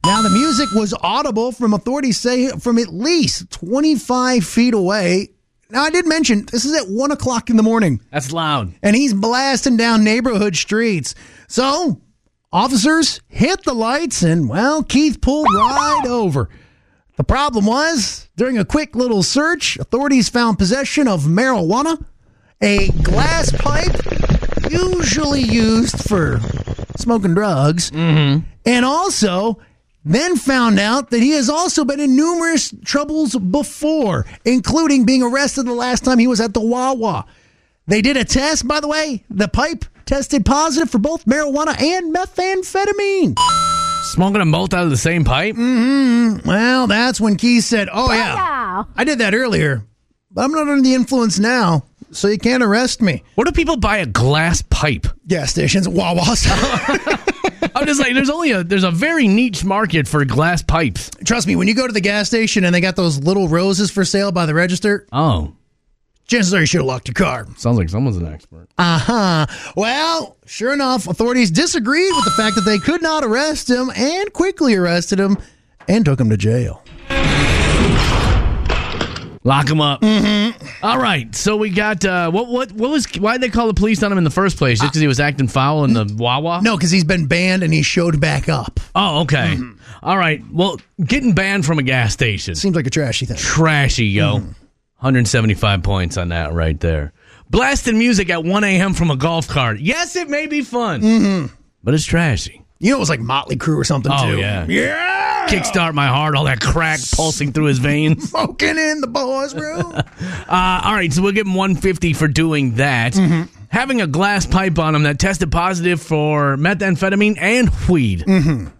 [SPEAKER 2] Now the music was audible from authorities say from at least 25 feet away. Now I did mention this is at one o'clock in the morning,
[SPEAKER 1] That's loud.
[SPEAKER 2] and he's blasting down neighborhood streets. So officers hit the lights, and well, Keith pulled right over. The problem was during a quick little search, authorities found possession of marijuana, a glass pipe usually used for smoking drugs, and also then found out that he has also been in numerous troubles before, including being arrested the last time he was at the Wawa. They did a test, by the way. The pipe tested positive for both marijuana and methamphetamine.
[SPEAKER 1] Smoking them both out of the same pipe?
[SPEAKER 2] Well, that's when Keith said, Oh, yeah, I did that earlier, but I'm not under the influence now, so you can't arrest me.
[SPEAKER 1] Where do people buy a glass pipe?
[SPEAKER 2] Gas stations, Wawa's.
[SPEAKER 1] I'm just like, there's only a there's a very niche market for glass pipes.
[SPEAKER 2] Trust me, when you go to the gas station and they got those little roses for sale by the register,
[SPEAKER 1] Oh,
[SPEAKER 2] chances are you should have locked your car.
[SPEAKER 1] sounds like someone's an expert.
[SPEAKER 2] Uh huh. Well, sure enough, authorities disagreed with the fact that they could not arrest him and quickly arrested him and took him to jail.
[SPEAKER 1] Lock them up. All right, so we got uh, what what what was why did they call the police on him in the first place? Just because he was acting foul in the Wawa?
[SPEAKER 2] No, because he's been banned and he showed back up.
[SPEAKER 1] Oh, okay. All right. Well, getting banned from a gas station.
[SPEAKER 2] Seems like a trashy thing.
[SPEAKER 1] Trashy, yo. 175 points on that right there. Blasting music at 1 a.m. from a golf cart. Yes, it may be fun, but it's trashy.
[SPEAKER 2] You know, it was like Motley Crue or something,
[SPEAKER 1] Oh,
[SPEAKER 2] too.
[SPEAKER 1] yeah. Kickstart my heart, all that crack pulsing through his veins.
[SPEAKER 2] Smoking in the boys' room.
[SPEAKER 1] Uh, all right, so we'll give him 150 for doing that.
[SPEAKER 2] Mm-hmm.
[SPEAKER 1] Having a glass pipe on him that tested positive for methamphetamine and weed. Give him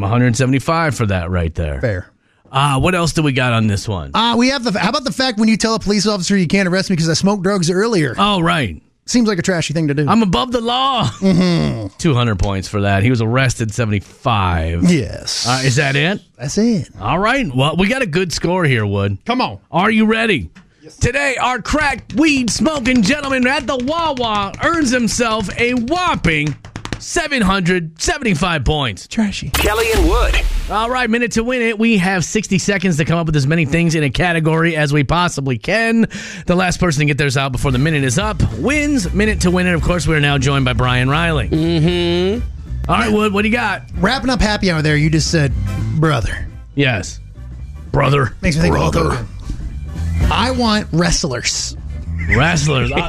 [SPEAKER 1] 175 for that right there.
[SPEAKER 2] Mm-hmm. Fair.
[SPEAKER 1] Uh, what else do we got on this one?
[SPEAKER 2] Uh, we have the. How about the fact when you tell a police officer you can't arrest me because I smoked drugs earlier?
[SPEAKER 1] oh, right.
[SPEAKER 2] Seems like a trashy thing to do.
[SPEAKER 1] I'm above the law.
[SPEAKER 2] Mm-hmm.
[SPEAKER 1] 200 points for that. He was arrested 75.
[SPEAKER 2] yes.
[SPEAKER 1] Uh, is that it?
[SPEAKER 2] That's it.
[SPEAKER 1] All right. Well, we got a good score here, Wood.
[SPEAKER 2] Come on.
[SPEAKER 1] Are you ready? Today, our cracked weed smoking gentleman at the Wawa earns himself a whopping 775 points.
[SPEAKER 2] Trashy.
[SPEAKER 5] Kelly and Wood.
[SPEAKER 1] All right, minute to win it. We have 60 seconds to come up with as many things in a category as we possibly can. The last person to get theirs out before the minute is up wins. Minute to win it. Of course, we are now joined by Brian Riley. Mm-hmm. All right, Wood, what do you got?
[SPEAKER 2] Wrapping up happy hour there, you just said, brother.
[SPEAKER 1] Yes. Brother.
[SPEAKER 2] Makes me think of Hulk Hogan. I want wrestlers.
[SPEAKER 1] Wrestlers. Ah,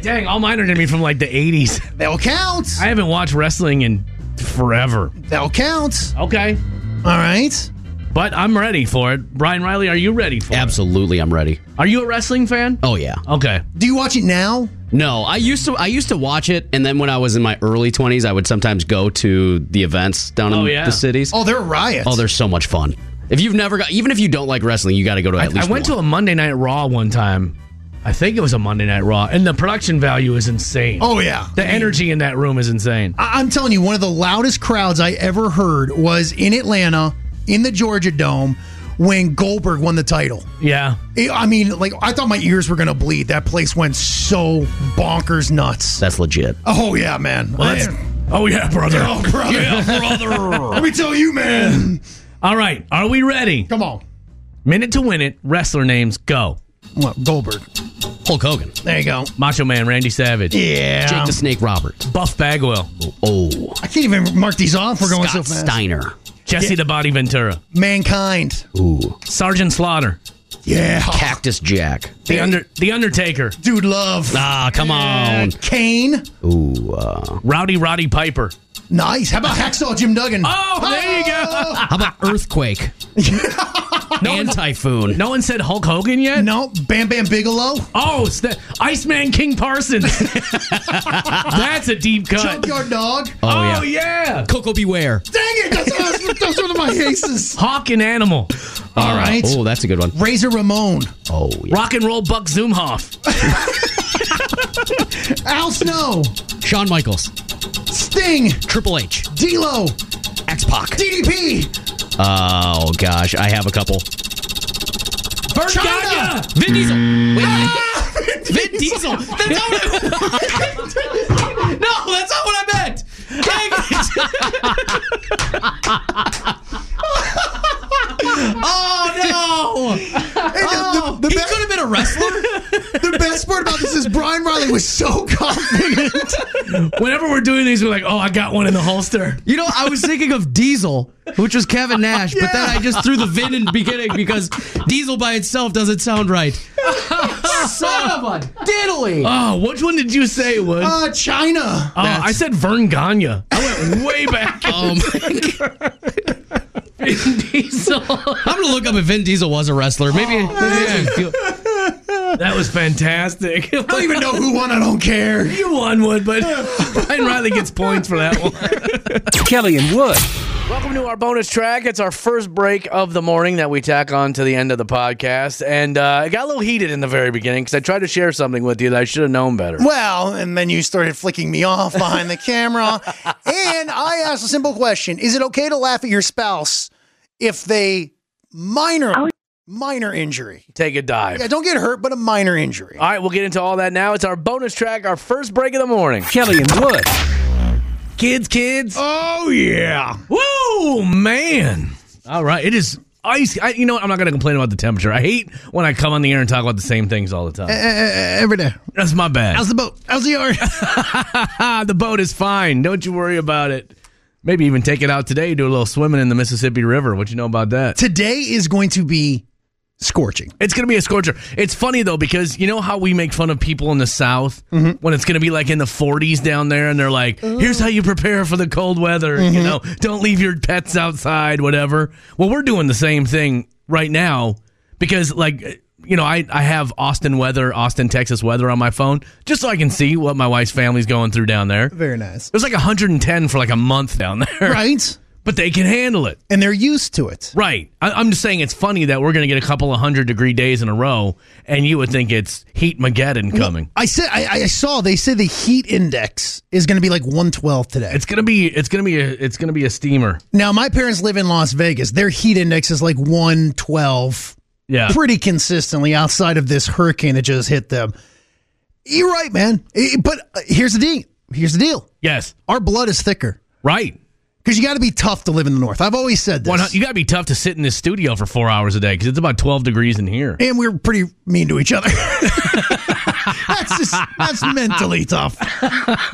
[SPEAKER 1] dang, all mine are going to be from like the 80s.
[SPEAKER 2] They'll count.
[SPEAKER 1] I haven't watched wrestling in forever.
[SPEAKER 2] They'll count.
[SPEAKER 1] Okay.
[SPEAKER 2] All right.
[SPEAKER 1] But I'm ready for it. Brian Riley, are you ready for
[SPEAKER 8] Absolutely, I'm ready.
[SPEAKER 1] it? Are you a wrestling fan?
[SPEAKER 8] Oh yeah.
[SPEAKER 1] Okay.
[SPEAKER 2] Do you watch it now?
[SPEAKER 8] No, I used to I used to watch it, and then when I was in my early twenties, I would sometimes go to the events down in
[SPEAKER 1] Oh, yeah.
[SPEAKER 8] the cities.
[SPEAKER 2] Oh, they're riots.
[SPEAKER 8] Oh, they're so much fun. If you've never got, even if you don't like wrestling, you got to go to at
[SPEAKER 1] I
[SPEAKER 8] least
[SPEAKER 1] went to
[SPEAKER 8] one.
[SPEAKER 1] a Monday Night Raw one time. I think it was a Monday Night Raw, and the production value is insane.
[SPEAKER 2] Oh, yeah.
[SPEAKER 1] The energy in that room is insane.
[SPEAKER 2] I- I'm telling you, one of the loudest crowds I ever heard was in Atlanta, in the Georgia Dome, when Goldberg won the title.
[SPEAKER 1] Yeah.
[SPEAKER 2] It- I mean, like, I thought my ears were going to bleed. That place went so bonkers nuts.
[SPEAKER 8] That's legit.
[SPEAKER 2] Oh, yeah, man.
[SPEAKER 1] that's- Oh yeah, brother.
[SPEAKER 2] oh, brother. Let me tell you, man.
[SPEAKER 1] All right. Are we ready?
[SPEAKER 2] Come on.
[SPEAKER 1] Minute to win it. Wrestler names go.
[SPEAKER 2] What, Goldberg.
[SPEAKER 8] Hulk Hogan,
[SPEAKER 2] There you go.
[SPEAKER 1] Macho Man Randy Savage.
[SPEAKER 2] Yeah.
[SPEAKER 8] Jake the Snake Roberts.
[SPEAKER 1] Buff Bagwell.
[SPEAKER 8] Oh,
[SPEAKER 2] I can't even mark these off. We're going
[SPEAKER 8] Scott
[SPEAKER 2] so fast.
[SPEAKER 8] Steiner.
[SPEAKER 1] Jesse the Body Ventura.
[SPEAKER 2] Mankind.
[SPEAKER 8] Ooh,
[SPEAKER 1] Sergeant Slaughter.
[SPEAKER 2] Yeah.
[SPEAKER 8] Cactus Jack.
[SPEAKER 1] The Under The Undertaker.
[SPEAKER 2] Dude Love.
[SPEAKER 8] Ah, come on.
[SPEAKER 2] Kane.
[SPEAKER 8] Ooh, uh,
[SPEAKER 1] Rowdy Roddy Piper.
[SPEAKER 2] Nice. How about Hacksaw Jim Duggan?
[SPEAKER 1] Oh, there you go.
[SPEAKER 8] how about Earthquake? and Typhoon.
[SPEAKER 1] No one said Hulk Hogan yet?
[SPEAKER 2] No, Bam Bam Bigelow.
[SPEAKER 1] Oh, it's the Iceman King Parsons. That's a deep cut.
[SPEAKER 2] Junkyard Dog.
[SPEAKER 8] Oh,
[SPEAKER 1] Oh,
[SPEAKER 8] yeah.
[SPEAKER 1] yeah.
[SPEAKER 8] Coco Beware.
[SPEAKER 2] Dang it. That's, that's, that's one of my aces.
[SPEAKER 1] Hawk and Animal.
[SPEAKER 2] All right.
[SPEAKER 8] Oh, that's a good one.
[SPEAKER 2] Razor Ramon.
[SPEAKER 8] Oh, yeah.
[SPEAKER 1] Rock and Roll Buck Zoomhoff.
[SPEAKER 2] Al Snow.
[SPEAKER 8] Shawn Michaels.
[SPEAKER 2] Sting,
[SPEAKER 8] Triple H,
[SPEAKER 2] D-Lo,
[SPEAKER 8] X Pac.
[SPEAKER 2] DDP,
[SPEAKER 8] Oh gosh, I have a couple.
[SPEAKER 2] Bert
[SPEAKER 1] Gaga!
[SPEAKER 2] Gaga.
[SPEAKER 8] Vin Diesel. Wait, Vin Diesel. That's not what I No, that's not what I meant. Dang it. oh no!
[SPEAKER 2] And
[SPEAKER 1] Oh,
[SPEAKER 2] the- the, the
[SPEAKER 8] he
[SPEAKER 2] best-
[SPEAKER 8] could have been a wrestler.
[SPEAKER 2] the best part about this is Brian Riley was so confident.
[SPEAKER 1] Whenever we're doing these, we're like, oh, I got one in the holster.
[SPEAKER 8] You know, I was thinking of Diesel, which was Kevin Nash, but then I just threw the Vin in the beginning because Diesel by itself doesn't sound right. Son of a diddly!
[SPEAKER 1] Oh, which one did you say, Wood? Oh,
[SPEAKER 2] Uh, China.
[SPEAKER 1] I said Vern Gagne. I went way back.
[SPEAKER 8] Um,
[SPEAKER 1] Vin Diesel.
[SPEAKER 8] I'm gonna look up if Vin Diesel was a wrestler. Maybe.
[SPEAKER 1] Oh,
[SPEAKER 8] maybe
[SPEAKER 1] that was fantastic. I don't even
[SPEAKER 2] know who won. I don't care.
[SPEAKER 1] Oh, you won, Wood, but Brian Riley gets points for that one.
[SPEAKER 7] Kelly and Wood.
[SPEAKER 1] Welcome to our bonus track. It's our first break of the morning that we tack on to the end of the podcast. And uh, it got a little heated in the very beginning because I tried to share something with you that I should have known better.
[SPEAKER 2] Well, and then you started flicking me off behind the camera. and I asked a simple question Is it okay to laugh at your spouse if they minor, minor injury?
[SPEAKER 1] Take a dive.
[SPEAKER 2] Yeah, don't get hurt, but a minor injury.
[SPEAKER 1] All right, we'll get into all that now. It's our bonus track, our first break of the morning.
[SPEAKER 7] Kelly and Wood.
[SPEAKER 1] Kids, kids.
[SPEAKER 2] Oh, yeah.
[SPEAKER 1] Whoa, man. All right. It is icy. I, you know what? I'm not going to complain about the temperature. I hate when I come on the air and talk about the same things all the time.
[SPEAKER 2] Every day.
[SPEAKER 1] That's my bad.
[SPEAKER 2] How's the boat? How's the yard?
[SPEAKER 1] Ah, the boat is fine. Don't you worry about it. Maybe even take it out today, do a little swimming in the Mississippi River. What you know about that?
[SPEAKER 2] Today is going to be scorching.
[SPEAKER 1] It's going to be a scorcher. It's funny though because you know how we make fun of people in the South when it's going to be like in the 40s down there, and they're like, "Here's how you prepare for the cold weather." You know, don't leave your pets outside, whatever. Well, we're doing the same thing right now because, like, you know, I I have Austin weather, Austin Texas weather on my phone just so I can see what my wife's family's going through down there. It
[SPEAKER 2] Very nice.
[SPEAKER 1] was like 110 for like a month down there,
[SPEAKER 2] Right?
[SPEAKER 1] but they can handle it.
[SPEAKER 2] And they're used to it.
[SPEAKER 1] Right. I, I'm just saying it's funny that we're going to get a couple of hundred degree days in a row, and you would think it's heat mageddon coming.
[SPEAKER 2] I said I, I saw they say the heat index is going to be like 112 today.
[SPEAKER 1] It's gonna be. It's gonna be. A, it's gonna be a steamer.
[SPEAKER 2] now my parents live in Las Vegas. Their heat index is like 112
[SPEAKER 1] Yeah.
[SPEAKER 2] pretty consistently outside of this hurricane that just hit them. You're right, man. Eh, But uh, here's the deal. Here's the deal.
[SPEAKER 1] Yes.
[SPEAKER 2] Our blood is thicker
[SPEAKER 1] Right.
[SPEAKER 2] because you got to be tough to live in the north. I've always said
[SPEAKER 1] Why
[SPEAKER 2] this.
[SPEAKER 1] not? You gotta be tough to sit in this studio for four hours a day because it's about 12 degrees in here.
[SPEAKER 2] and we're pretty mean to each other. that's just that's mentally tough.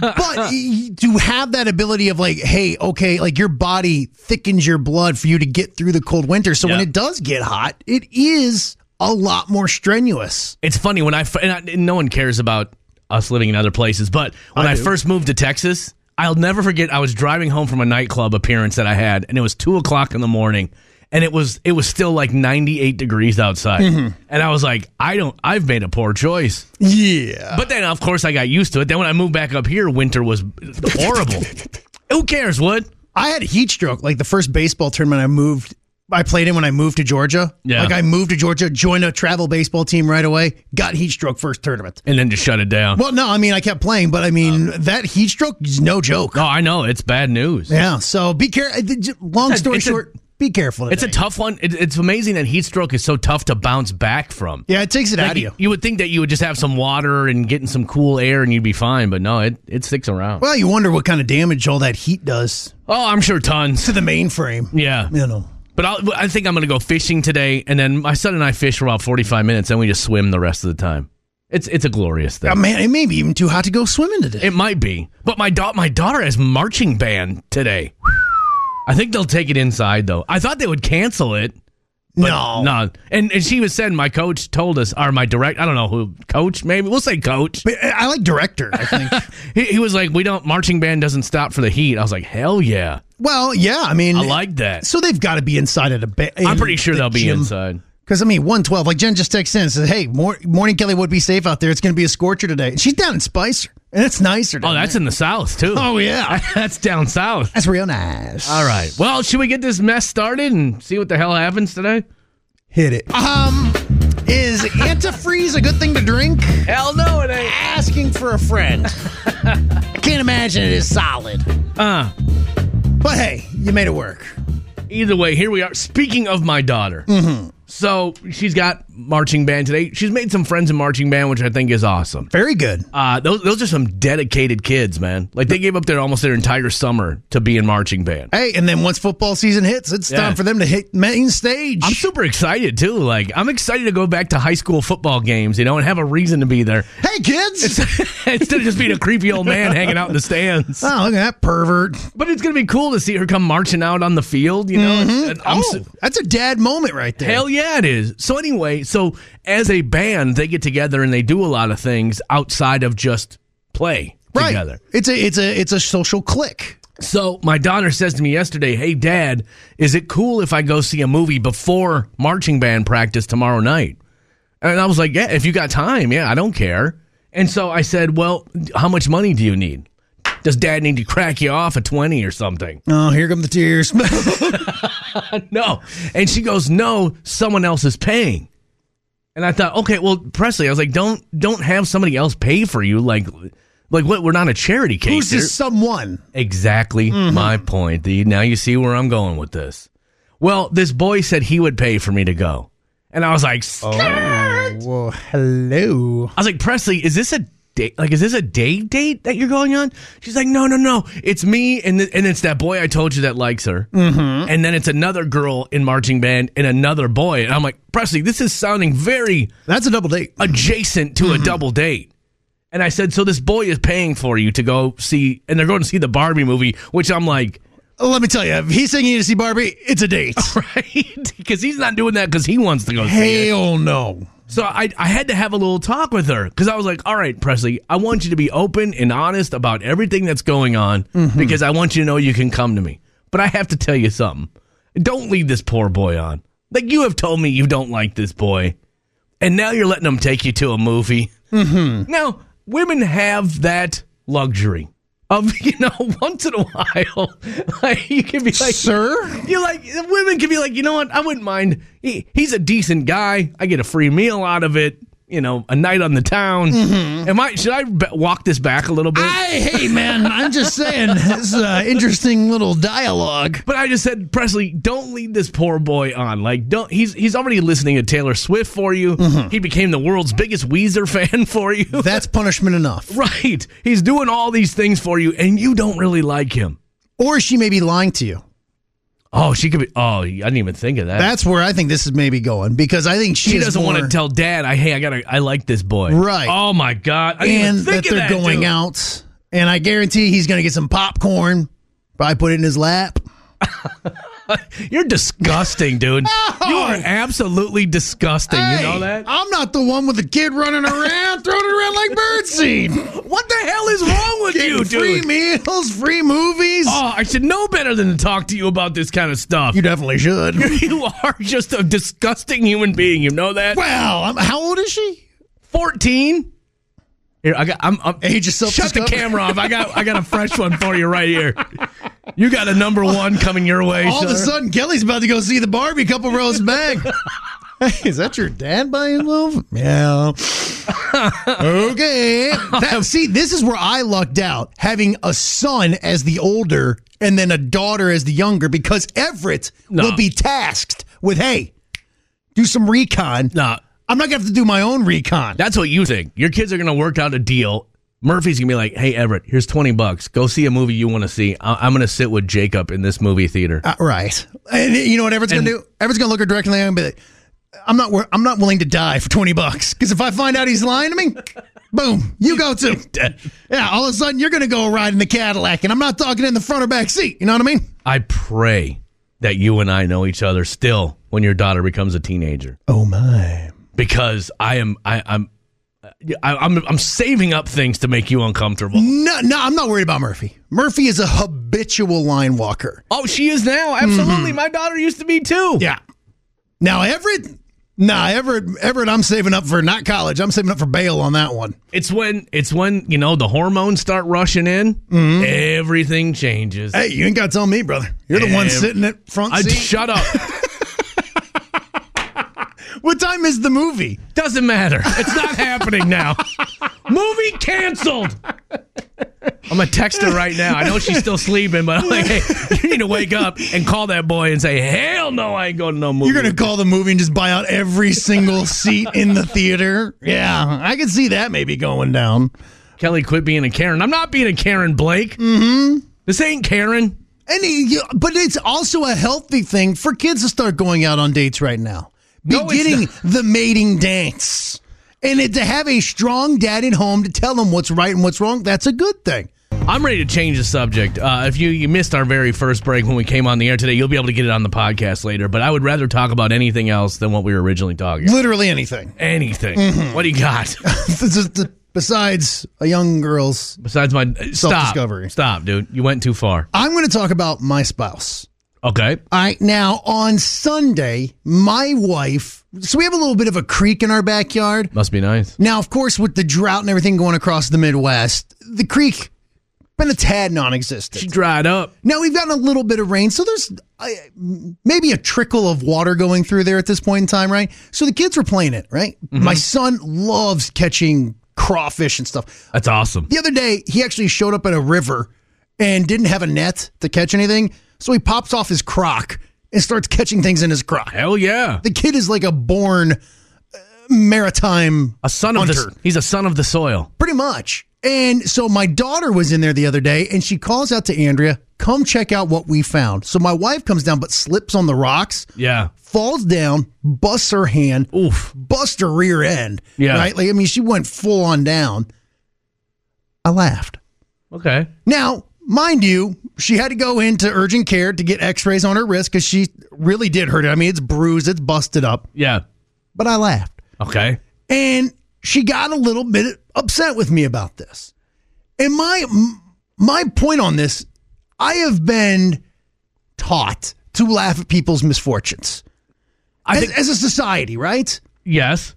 [SPEAKER 2] But y- to have that ability of like, hey, okay, like your body thickens your blood for you to get through the cold winter. So when
[SPEAKER 1] Yeah.
[SPEAKER 2] it does get hot, it is a lot more strenuous.
[SPEAKER 1] It's funny when I f- and, I, and no one cares about us living in other places, but when I, first moved to Texas, I'll never forget. I was driving home from a nightclub appearance that I had, and it was two o'clock in the morning, and it was it was still like ninety eight degrees outside,
[SPEAKER 2] Mm-hmm.
[SPEAKER 1] and I was like, I don't, I've made a poor choice.
[SPEAKER 2] Yeah.
[SPEAKER 1] But then, of course, I got used to it. Then when I moved back up here, winter was horrible. Who cares, Wood?
[SPEAKER 2] I had a heat stroke like the first baseball tournament I moved. I played in when I moved to Georgia.
[SPEAKER 1] Yeah.
[SPEAKER 2] Like I moved to Georgia, joined a travel baseball team right away, got heat stroke first tournament.
[SPEAKER 1] And then just shut it down.
[SPEAKER 2] Well, no, I mean I kept playing, but I mean
[SPEAKER 1] Um,
[SPEAKER 2] that heat stroke is no joke.
[SPEAKER 1] No, I know it's bad news.
[SPEAKER 2] Yeah. So be careful. Long
[SPEAKER 1] It's a-
[SPEAKER 2] story
[SPEAKER 1] it's a-
[SPEAKER 2] short, be careful.
[SPEAKER 1] It's a
[SPEAKER 2] today.
[SPEAKER 1] tough one. It, it's amazing that heat stroke is so tough to bounce back from.
[SPEAKER 2] yeah. It takes it out of you.
[SPEAKER 1] You would think that you would just have some water and getting some cool air and you'd be fine, but no, it, it sticks around.
[SPEAKER 2] Well, you wonder what kind of damage all that heat does
[SPEAKER 1] Oh, I'm sure tons.
[SPEAKER 2] to the mainframe.
[SPEAKER 1] Yeah.
[SPEAKER 2] You know.
[SPEAKER 1] But I'll, I think I'm going to go fishing today. And then my son and I fish for about 45 minutes and we just swim the rest of the time. It's, it's a glorious thing.
[SPEAKER 2] Oh, man, it may be even too hot to go swimming today.
[SPEAKER 1] It might be, but my da- my daughter has marching band today. I think they'll take it inside though. I thought they would cancel it.
[SPEAKER 2] no.
[SPEAKER 1] No, and and she was saying my coach told us, or my direct, I don't know who coach, maybe we'll say coach.
[SPEAKER 2] But uh, I like director, I think.
[SPEAKER 1] He, he was like, we don't marching band doesn't stop for the heat. I was like, hell yeah,
[SPEAKER 2] well, yeah. I mean,
[SPEAKER 1] I like that.
[SPEAKER 2] so they've got to be inside at a bit.
[SPEAKER 1] I'm pretty sure they'll be inside.
[SPEAKER 2] Because, I mean, 112, like Jen just texted in and says, hey, mor- morning Kelly would be safe out there. It's going to be a scorcher today. And she's down in Spicer, and it's nicer.
[SPEAKER 1] Oh,
[SPEAKER 2] down
[SPEAKER 1] that's in the south too.
[SPEAKER 2] there. Oh, yeah.
[SPEAKER 1] that's down south.
[SPEAKER 2] That's real nice.
[SPEAKER 1] All right. Well, should we get this mess started and see what the hell happens today?
[SPEAKER 2] Hit it. Um, Is antifreeze a good thing to drink?
[SPEAKER 1] Hell no, it ain't.
[SPEAKER 2] Asking for a friend. I can't imagine it is solid.
[SPEAKER 1] Uh,
[SPEAKER 2] But hey, you made it work.
[SPEAKER 1] either way, here we are. Speaking of my daughter, so she's got marching band today. She's made some friends in marching band, which I think is awesome.
[SPEAKER 2] Very good.
[SPEAKER 1] Uh, those those are some dedicated kids, man. Like they gave up their almost their entire summer to be in marching band.
[SPEAKER 2] Hey, and then once football season hits, it's
[SPEAKER 1] Yeah.
[SPEAKER 2] time for them to hit main stage.
[SPEAKER 1] I'm super excited too. Like I'm excited to go back to high school football games, you know, and have a reason to be there
[SPEAKER 2] hey, kids!
[SPEAKER 1] instead of just being a creepy old man hanging out in the stands.
[SPEAKER 2] Oh, look at that pervert.
[SPEAKER 1] But it's gonna be cool to see her come marching out on the field, you know. And I'm
[SPEAKER 2] oh,
[SPEAKER 1] su-
[SPEAKER 2] that's a dad moment right there.
[SPEAKER 1] Hell yeah, it is. So anyway, so as a band, they get together and they do a lot of things outside of just play
[SPEAKER 2] right.
[SPEAKER 1] together.
[SPEAKER 2] It's a it's a it's a social click.
[SPEAKER 1] So my daughter says to me yesterday, "Hey, Dad, is it cool if I go see a movie before marching band practice tomorrow night?" And I was like, "Yeah, if you got time, yeah, I don't care." And so I said, "Well, how much money do you need? Does Dad need to crack you off a twenty or something?"
[SPEAKER 2] Oh, here come the tears.
[SPEAKER 1] no. And she goes, no, someone else is paying. And I thought, okay, well, Presley, I was like, don't don't have somebody else pay for you. Like, like what? We're not a charity case.
[SPEAKER 2] Who's
[SPEAKER 1] here.
[SPEAKER 2] this someone?
[SPEAKER 1] Exactly my point. The, now you see where I'm going with this. Well, this boy said he would pay for me to go, and I was like,
[SPEAKER 2] Whoa, hello.
[SPEAKER 1] I was like, Presley, is this a date? Like, is this a date date that you're going on? She's like, no, no, no. It's me and th- and it's that boy I told you that likes her. Mm-hmm. And then it's another girl in marching band and another boy. And I'm like, Presley, this is sounding very
[SPEAKER 2] That's a double date.
[SPEAKER 1] adjacent to a double date. And I said, so this boy is paying for you to go see, and they're going to see the Barbie movie, which I'm like,
[SPEAKER 2] Oh, Let me tell you, if he's saying you need to see Barbie, it's a date.
[SPEAKER 1] Oh, right? Because he's not doing that because he wants to go see it.
[SPEAKER 2] Hell no.
[SPEAKER 1] So I, I had to have a little talk with her because I was like, all right, Presley, I want you to be open and honest about everything that's going on because I want you to know you can come to me. But I have to tell you something. Don't lead this poor boy on. Like, you have told me you don't like this boy, and now you're letting him take you to a movie. Mm-hmm. Now, women have that luxury of, you know, once in a while, like, you can be like,
[SPEAKER 2] Sir?
[SPEAKER 1] you like women can be like, you know what? I wouldn't mind. He, he's a decent guy. I get a free meal out of it. You know, a night on the town. Am I? Should I b- walk this back a little bit?
[SPEAKER 2] I hey man, I'm just saying this is an interesting little dialogue.
[SPEAKER 1] but I just said, Presley, don't lead this poor boy on. Like, don't. He's he's already listening to Taylor Swift for you. He became the world's biggest Weezer fan for you.
[SPEAKER 2] That's punishment enough.
[SPEAKER 1] right. He's doing all these things for you, and you don't really like him.
[SPEAKER 2] Or she may be lying to you.
[SPEAKER 1] Oh, she could be. Oh, I didn't even think of that.
[SPEAKER 2] That's where I think this is maybe going because I think she,
[SPEAKER 1] she
[SPEAKER 2] is
[SPEAKER 1] doesn't want
[SPEAKER 2] more-
[SPEAKER 1] to tell dad, "I hey, I gotta, I like this boy."
[SPEAKER 2] Right.
[SPEAKER 1] Oh my god. I didn't
[SPEAKER 2] and
[SPEAKER 1] even
[SPEAKER 2] that
[SPEAKER 1] think
[SPEAKER 2] they're
[SPEAKER 1] of
[SPEAKER 2] going
[SPEAKER 1] dude.
[SPEAKER 2] out. And I guarantee he's going to get some popcorn. Probably put it in his lap.
[SPEAKER 1] You're disgusting, dude. You are absolutely disgusting.
[SPEAKER 2] Hey,
[SPEAKER 1] you know that?
[SPEAKER 2] I'm not the one with the kid running around, throwing it around like birdseed.
[SPEAKER 1] What the hell is wrong with
[SPEAKER 2] Getting
[SPEAKER 1] you,
[SPEAKER 2] free
[SPEAKER 1] dude?
[SPEAKER 2] meals, free movies.
[SPEAKER 1] Oh, I should know better than to talk to you about this kind of stuff.
[SPEAKER 2] You definitely should.
[SPEAKER 1] You are just a disgusting human being. You know that?
[SPEAKER 2] Well, I'm, how old is she?
[SPEAKER 1] Fourteen. Here, I got. I'm. I'm
[SPEAKER 2] Age yourself.
[SPEAKER 1] shut the
[SPEAKER 2] discover-
[SPEAKER 1] camera off. I got. I got a fresh one for you right here. You got a number one coming your way.
[SPEAKER 2] All of a
[SPEAKER 1] sir.
[SPEAKER 2] sudden, Kelly's about to go see the Barbie couple rows back. Hey, Is that your dad by himself? Yeah. okay. That- see, this is where I lucked out having a son as the older and then a daughter as the younger because Everett
[SPEAKER 1] No.
[SPEAKER 2] will be tasked with, hey, do some recon.
[SPEAKER 1] Nah,
[SPEAKER 2] I'm not going to have to do my own recon.
[SPEAKER 1] That's what you think. Your kids are going to work out a deal. Murphy's going to be like, hey, Everett, here's 20 bucks. Go see a movie you want to see. I- am going to sit with Jacob in this movie theater.
[SPEAKER 2] Uh, right. And you know what Everett's going to
[SPEAKER 1] And-
[SPEAKER 2] do? Everett's going to look her directly in the eye and be like, I'm not, wor- I'm not willing to die for 20 bucks. Because if I find out he's lying to me, boom, you go too. Yeah, all of a sudden you're going to go ride in the Cadillac. And I'm not talking in the front or back seat. You know what I mean?
[SPEAKER 1] I pray that you and I know each other still when your daughter becomes a teenager
[SPEAKER 2] Oh, my.
[SPEAKER 1] because I am, I, I'm, I, I'm, I'm saving up things to make you uncomfortable.
[SPEAKER 2] No, no, I'm not worried about Murphy. Murphy is a habitual line walker.
[SPEAKER 1] Oh, she is now. Absolutely. My daughter used to be too.
[SPEAKER 2] Mm-hmm. Yeah. Now, Everett, nah, Everett, Everett, I'm saving up for not college. I'm saving up for bail on that one.
[SPEAKER 1] It's when, it's when, you know, the hormones start rushing in, everything changes.
[SPEAKER 2] Mm-hmm. Hey, you ain't got to tell me, brother. You're the one
[SPEAKER 1] Ev-
[SPEAKER 2] sitting at front
[SPEAKER 1] I
[SPEAKER 2] seat.
[SPEAKER 1] shut up.
[SPEAKER 2] What time is the movie?
[SPEAKER 1] Doesn't matter. It's not happening now. Movie canceled. I'm gonna text her right now. I know she's still sleeping, but I'm like, hey, you need to wake up and call that boy and say, hell no, I ain't going to no movie.
[SPEAKER 2] You're gonna call the movie and just buy out every single seat in the theater. Yeah, I can see that maybe going down.
[SPEAKER 1] Kelly quit being a Karen. I'm not being a Karen, Blake. Mm-hmm. This ain't Karen.
[SPEAKER 2] And you- but it's also a healthy thing for kids to start going out on dates right now,
[SPEAKER 1] No, it's
[SPEAKER 2] beginning the mating dance, and it, to have a strong dad at home to tell them what's right and what's wrong. That's a good thing.
[SPEAKER 1] I'm ready to change the subject. Uh, if you, you missed our very first break when we came on the air today, you'll be able to get it on the podcast later. But I would rather talk about anything else than what we were originally talking. about.
[SPEAKER 2] Literally anything.
[SPEAKER 1] Anything. What do you got
[SPEAKER 2] This is the- Besides a young girl's,
[SPEAKER 1] besides my uh, stop?
[SPEAKER 2] Self-discovery.
[SPEAKER 1] Stop, dude. You went too far.
[SPEAKER 2] I'm going to talk about my spouse.
[SPEAKER 1] Okay.
[SPEAKER 2] All right. Now, on Sunday, my wife, so we have a little bit of a creek in our backyard.
[SPEAKER 1] Must be nice.
[SPEAKER 2] Now, of course, with the drought and everything going across the Midwest, the creek been a tad non-existent.
[SPEAKER 1] She dried up.
[SPEAKER 2] Now we've gotten a little bit of rain, so there's uh, maybe a trickle of water going through there at this point in time, right? So the kids were playing it, right? My son loves catching crawfish and stuff.
[SPEAKER 1] That's awesome.
[SPEAKER 2] The other day, he actually showed up at a river and didn't have a net to catch anything, so he pops off his crock and starts catching things in his crock.
[SPEAKER 1] Hell yeah.
[SPEAKER 2] The kid is like a born uh, maritime
[SPEAKER 1] A son of
[SPEAKER 2] Hunter.
[SPEAKER 1] the he's a son of the soil.
[SPEAKER 2] Pretty much. And so my daughter was in there the other day and she calls out to Andrea, come check out what we found. So my wife comes down but slips on the rocks,
[SPEAKER 1] Yeah.
[SPEAKER 2] falls down, busts her hand,
[SPEAKER 1] Oof.
[SPEAKER 2] busts her rear end.
[SPEAKER 1] Yeah.
[SPEAKER 2] Right? Like, I mean, she went full on down. I laughed.
[SPEAKER 1] Okay.
[SPEAKER 2] Now, mind you, she had to go into urgent care to get x rays on her wrist because she really did hurt it. I mean, it's bruised, it's busted up,
[SPEAKER 1] Yeah.
[SPEAKER 2] but I laughed
[SPEAKER 1] Okay.
[SPEAKER 2] and she got a little bit upset with me about this. And my my point on this, I have been taught to laugh at people's misfortunes
[SPEAKER 1] I
[SPEAKER 2] as,
[SPEAKER 1] think
[SPEAKER 2] as a society, right?
[SPEAKER 1] yes.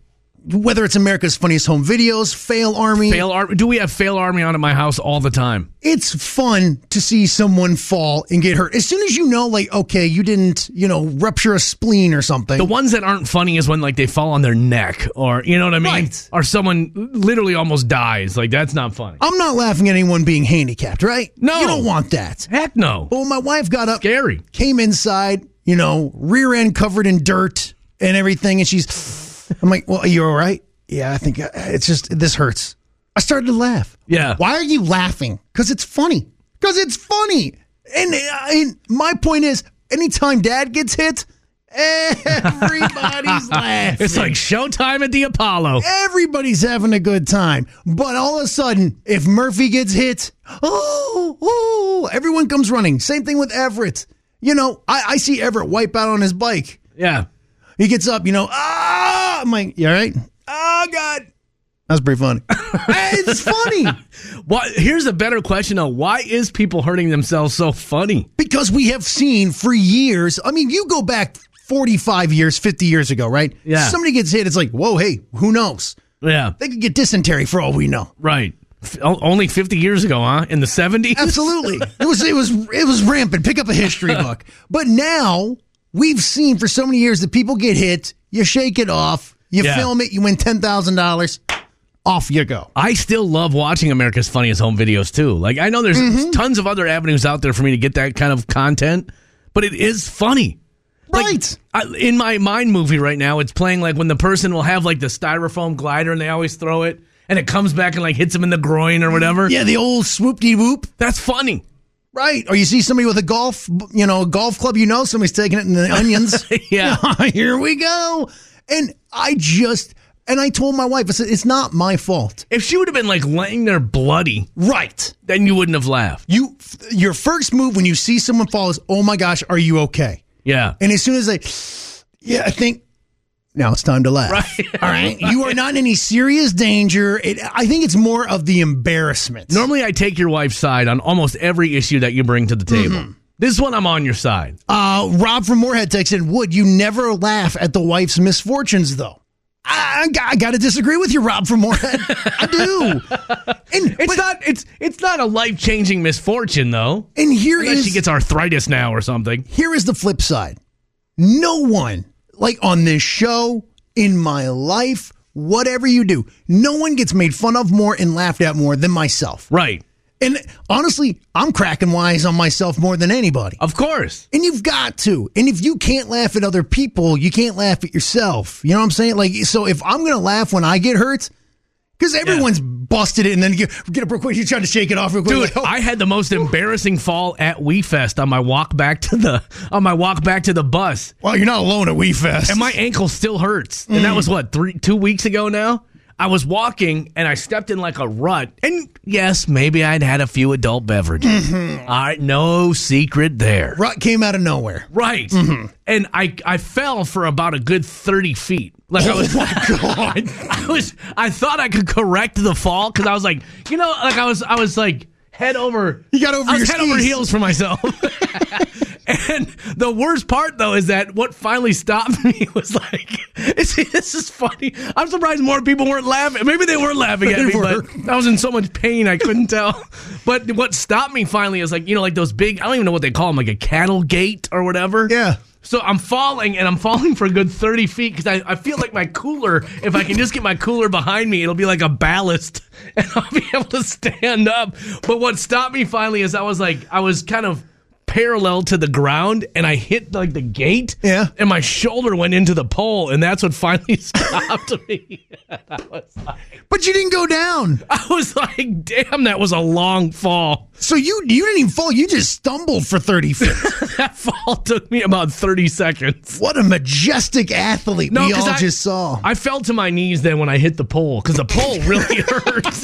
[SPEAKER 2] Whether it's America's Funniest Home Videos, Fail Army,
[SPEAKER 1] Fail army. Do we have fail army on at my house all the time?
[SPEAKER 2] it's fun to see someone fall and get hurt. As soon as you know, like, okay, you didn't, you know, rupture a spleen or something.
[SPEAKER 1] The ones that aren't funny is when like they fall on their neck or you know what I mean,
[SPEAKER 2] Right.
[SPEAKER 1] or someone literally almost dies. Like that's not funny.
[SPEAKER 2] I'm not laughing at anyone being handicapped, right?
[SPEAKER 1] No.
[SPEAKER 2] you don't want that.
[SPEAKER 1] Heck no.
[SPEAKER 2] But when my wife got up,
[SPEAKER 1] Scary.
[SPEAKER 2] came inside, you know, rear end covered in dirt and everything. And she's, I'm like, well, you're all right. Yeah, I think uh, it's just, this hurts. I started to laugh.
[SPEAKER 1] Yeah.
[SPEAKER 2] Why are you laughing? Because it's funny. Because it's funny. And, uh, and my point is, anytime dad gets hit, everybody's laughing.
[SPEAKER 1] It's like showtime at the Apollo.
[SPEAKER 2] Everybody's having a good time. But all of a sudden, if Murphy gets hit, oh, oh, everyone comes running. Same thing with Everett. You know, I, I see Everett wipe out on his bike.
[SPEAKER 1] Yeah.
[SPEAKER 2] He gets up, you know, ah, I'm like, you all right? Oh, God. That's pretty funny. it's funny
[SPEAKER 1] Why, here's a better question though. Why is people hurting themselves so funny?
[SPEAKER 2] because we have seen for years. I mean, you go back 45 years, 50 years ago, right?
[SPEAKER 1] Yeah.
[SPEAKER 2] Somebody gets hit, it's like, whoa, hey, who knows?
[SPEAKER 1] Yeah.
[SPEAKER 2] They could get dysentery for all we know.
[SPEAKER 1] Right. F- o- only 50 years ago, huh? In the 70s?
[SPEAKER 2] Absolutely. It was it was it was rampant. Pick up a history book. But now we've seen for so many years that people get hit, you shake it off, you
[SPEAKER 1] Yeah.
[SPEAKER 2] film it, you win ten thousand dollars, off you go.
[SPEAKER 1] I still love watching America's Funniest Home Videos too. Like I know there's tons of other avenues out there for me to get that kind of content, but it is funny. Like,
[SPEAKER 2] Right.
[SPEAKER 1] I, in my mind movie right now, it's playing like when the person will have like the styrofoam glider and they always throw it and it comes back and like hits them in the groin or whatever.
[SPEAKER 2] Yeah, the old swoop de whoop.
[SPEAKER 1] That's funny.
[SPEAKER 2] Right. Or you see somebody with a golf you know, golf club, you know somebody's taking it in the onions.
[SPEAKER 1] Yeah.
[SPEAKER 2] Here we go. And I just and I told my wife, I said, it's not my fault.
[SPEAKER 1] If she would have been like laying there bloody,
[SPEAKER 2] Right.
[SPEAKER 1] then you wouldn't have laughed.
[SPEAKER 2] You your first move when you see someone fall is, oh my gosh, are you okay?
[SPEAKER 1] Yeah.
[SPEAKER 2] And as soon as I, yeah, I think now it's time to laugh.
[SPEAKER 1] Right.
[SPEAKER 2] All right. You are not in any serious danger. It, I think it's more of the embarrassment.
[SPEAKER 1] Normally, I take your wife's side on almost every issue that you bring to the
[SPEAKER 2] Mm-hmm.
[SPEAKER 1] table. This one, I'm on your side.
[SPEAKER 2] Uh, Rob from Moorhead texted, Would you never laugh at the wife's misfortunes, though? I, I, got- I got to disagree with you, Rob from Moorhead. I do. And,
[SPEAKER 1] It's
[SPEAKER 2] but-
[SPEAKER 1] not. It's it's not a life changing misfortune though.
[SPEAKER 2] and here
[SPEAKER 1] Unless
[SPEAKER 2] is
[SPEAKER 1] she gets arthritis now or something.
[SPEAKER 2] here is the flip side. No one, like on this show, in my life, whatever you do. No one gets made fun of more and laughed at more than myself.
[SPEAKER 1] Right.
[SPEAKER 2] And honestly, I'm cracking wise on myself more than anybody.
[SPEAKER 1] Of course.
[SPEAKER 2] And you've got to. And if you can't laugh at other people, you can't laugh at yourself. You know what I'm saying? Like, so if I'm gonna laugh when I get hurt, because everyone's busted it, and then you get, get up real quick, you try to shake it off real quick.
[SPEAKER 1] Dude,
[SPEAKER 2] like, oh,
[SPEAKER 1] I had the most embarrassing fall at WeFest on my walk back to the on my walk back to the bus.
[SPEAKER 2] well, you're not alone at WeFest.
[SPEAKER 1] and my ankle still hurts. And
[SPEAKER 2] Mm.
[SPEAKER 1] that was what three, two weeks ago now. I was walking and I stepped in like a rut. And yes, maybe I'd had a few adult beverages.
[SPEAKER 2] Mm-hmm.
[SPEAKER 1] All right, no secret there.
[SPEAKER 2] Rut came out of nowhere.
[SPEAKER 1] Right.
[SPEAKER 2] Mm-hmm.
[SPEAKER 1] And I I fell for about a good 30 feet. Like
[SPEAKER 2] Oh
[SPEAKER 1] I was I was I thought I could correct the fall cuz I was like, you know, like I was I was like head over
[SPEAKER 2] You got over
[SPEAKER 1] I was
[SPEAKER 2] your
[SPEAKER 1] head over
[SPEAKER 2] skis.
[SPEAKER 1] heels for myself. and the worst part though is that what finally stopped me was like it's, this is funny. I'm surprised more people weren't laughing. Maybe they were laughing at
[SPEAKER 2] They
[SPEAKER 1] me,
[SPEAKER 2] were.
[SPEAKER 1] but I was in so much pain I couldn't tell. But what stopped me finally is like you know like those big I don't even know what they call them like a cattle gate or whatever.
[SPEAKER 2] Yeah.
[SPEAKER 1] So I'm falling and I'm falling for a good 30 feet because I, I feel like my cooler, if I can just get my cooler behind me, it'll be like a ballast and I'll be able to stand up. But what stopped me finally is I was like, I was kind of parallel to the ground and I hit like the gate
[SPEAKER 2] Yeah.
[SPEAKER 1] and my shoulder went into the pole and that's what finally stopped me.
[SPEAKER 2] But you didn't go down.
[SPEAKER 1] I was like, damn, that was a long fall.
[SPEAKER 2] So you you didn't even fall. You just stumbled for 30 feet.
[SPEAKER 1] That fall took me about 30 seconds.
[SPEAKER 2] what a majestic athlete we
[SPEAKER 1] 'cause
[SPEAKER 2] all
[SPEAKER 1] I-
[SPEAKER 2] just saw.
[SPEAKER 1] I fell to my knees then when I hit the pole because the pole really hurts.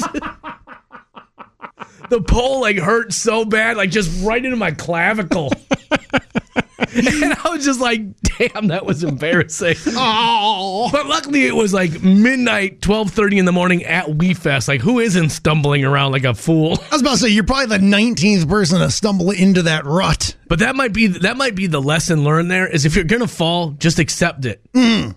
[SPEAKER 1] the pole like hurt so bad, like just right into my clavicle. and I was just like, damn, that was embarrassing.
[SPEAKER 2] oh.
[SPEAKER 1] But luckily it was like midnight, 12.30 in the morning at WeFest. Like who isn't stumbling around like a fool?
[SPEAKER 2] I was about to say you're probably the 19th person to stumble into that rut.
[SPEAKER 1] But that might be that might be the lesson learned there is if you're gonna fall, just accept it.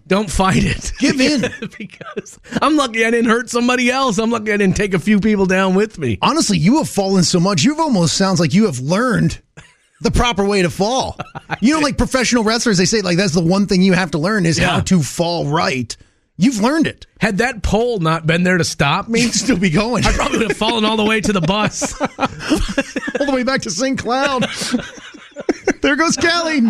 [SPEAKER 1] Don't fight it.
[SPEAKER 2] Give in.
[SPEAKER 1] because I'm lucky I didn't hurt somebody else. I'm lucky I didn't take a few people down with me.
[SPEAKER 2] Honestly, you have fallen so much. You've almost sounds like you have learned the proper way to fall. You know, like professional wrestlers, they say like that's the one thing you have to learn is how
[SPEAKER 1] Yeah.
[SPEAKER 2] to fall right. You've learned it.
[SPEAKER 1] Had that pole not been there to stop me,
[SPEAKER 2] You'd still be going
[SPEAKER 1] I probably would have fallen all the way to the bus.
[SPEAKER 2] all the way back to St. Cloud. there goes Kelly.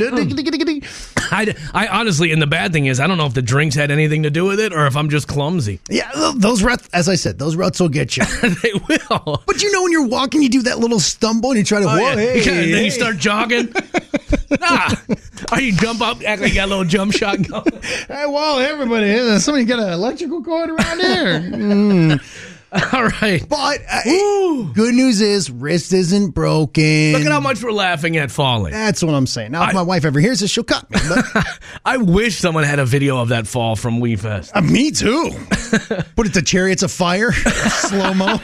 [SPEAKER 1] I, I honestly, and the bad thing is, I don't know if the drinks had anything to do with it or if I'm just clumsy.
[SPEAKER 2] yeah, th- those ruts, as I said, those ruts will get you.
[SPEAKER 1] they will.
[SPEAKER 2] But you know, when you're walking, you do that little stumble and you try to,
[SPEAKER 1] Oh,
[SPEAKER 2] whoa,
[SPEAKER 1] yeah.
[SPEAKER 2] hey,
[SPEAKER 1] You kinda- then
[SPEAKER 2] hey.
[SPEAKER 1] you start jogging. nah. Or you jump up, act like you got a little jump shot going.
[SPEAKER 2] Hey, whoa, everybody, uh, somebody got an electrical cord around here. Mm.
[SPEAKER 1] All right.
[SPEAKER 2] but uh, good news is, wrist isn't broken.
[SPEAKER 1] Look at how much we're laughing at falling.
[SPEAKER 2] That's what I'm saying. Now, if my wife ever hears this, she'll cut me. But,
[SPEAKER 1] I wish someone had a video of that fall from WeFest.
[SPEAKER 2] Uh, me too. Put it to Chariots of Fire, slow mo.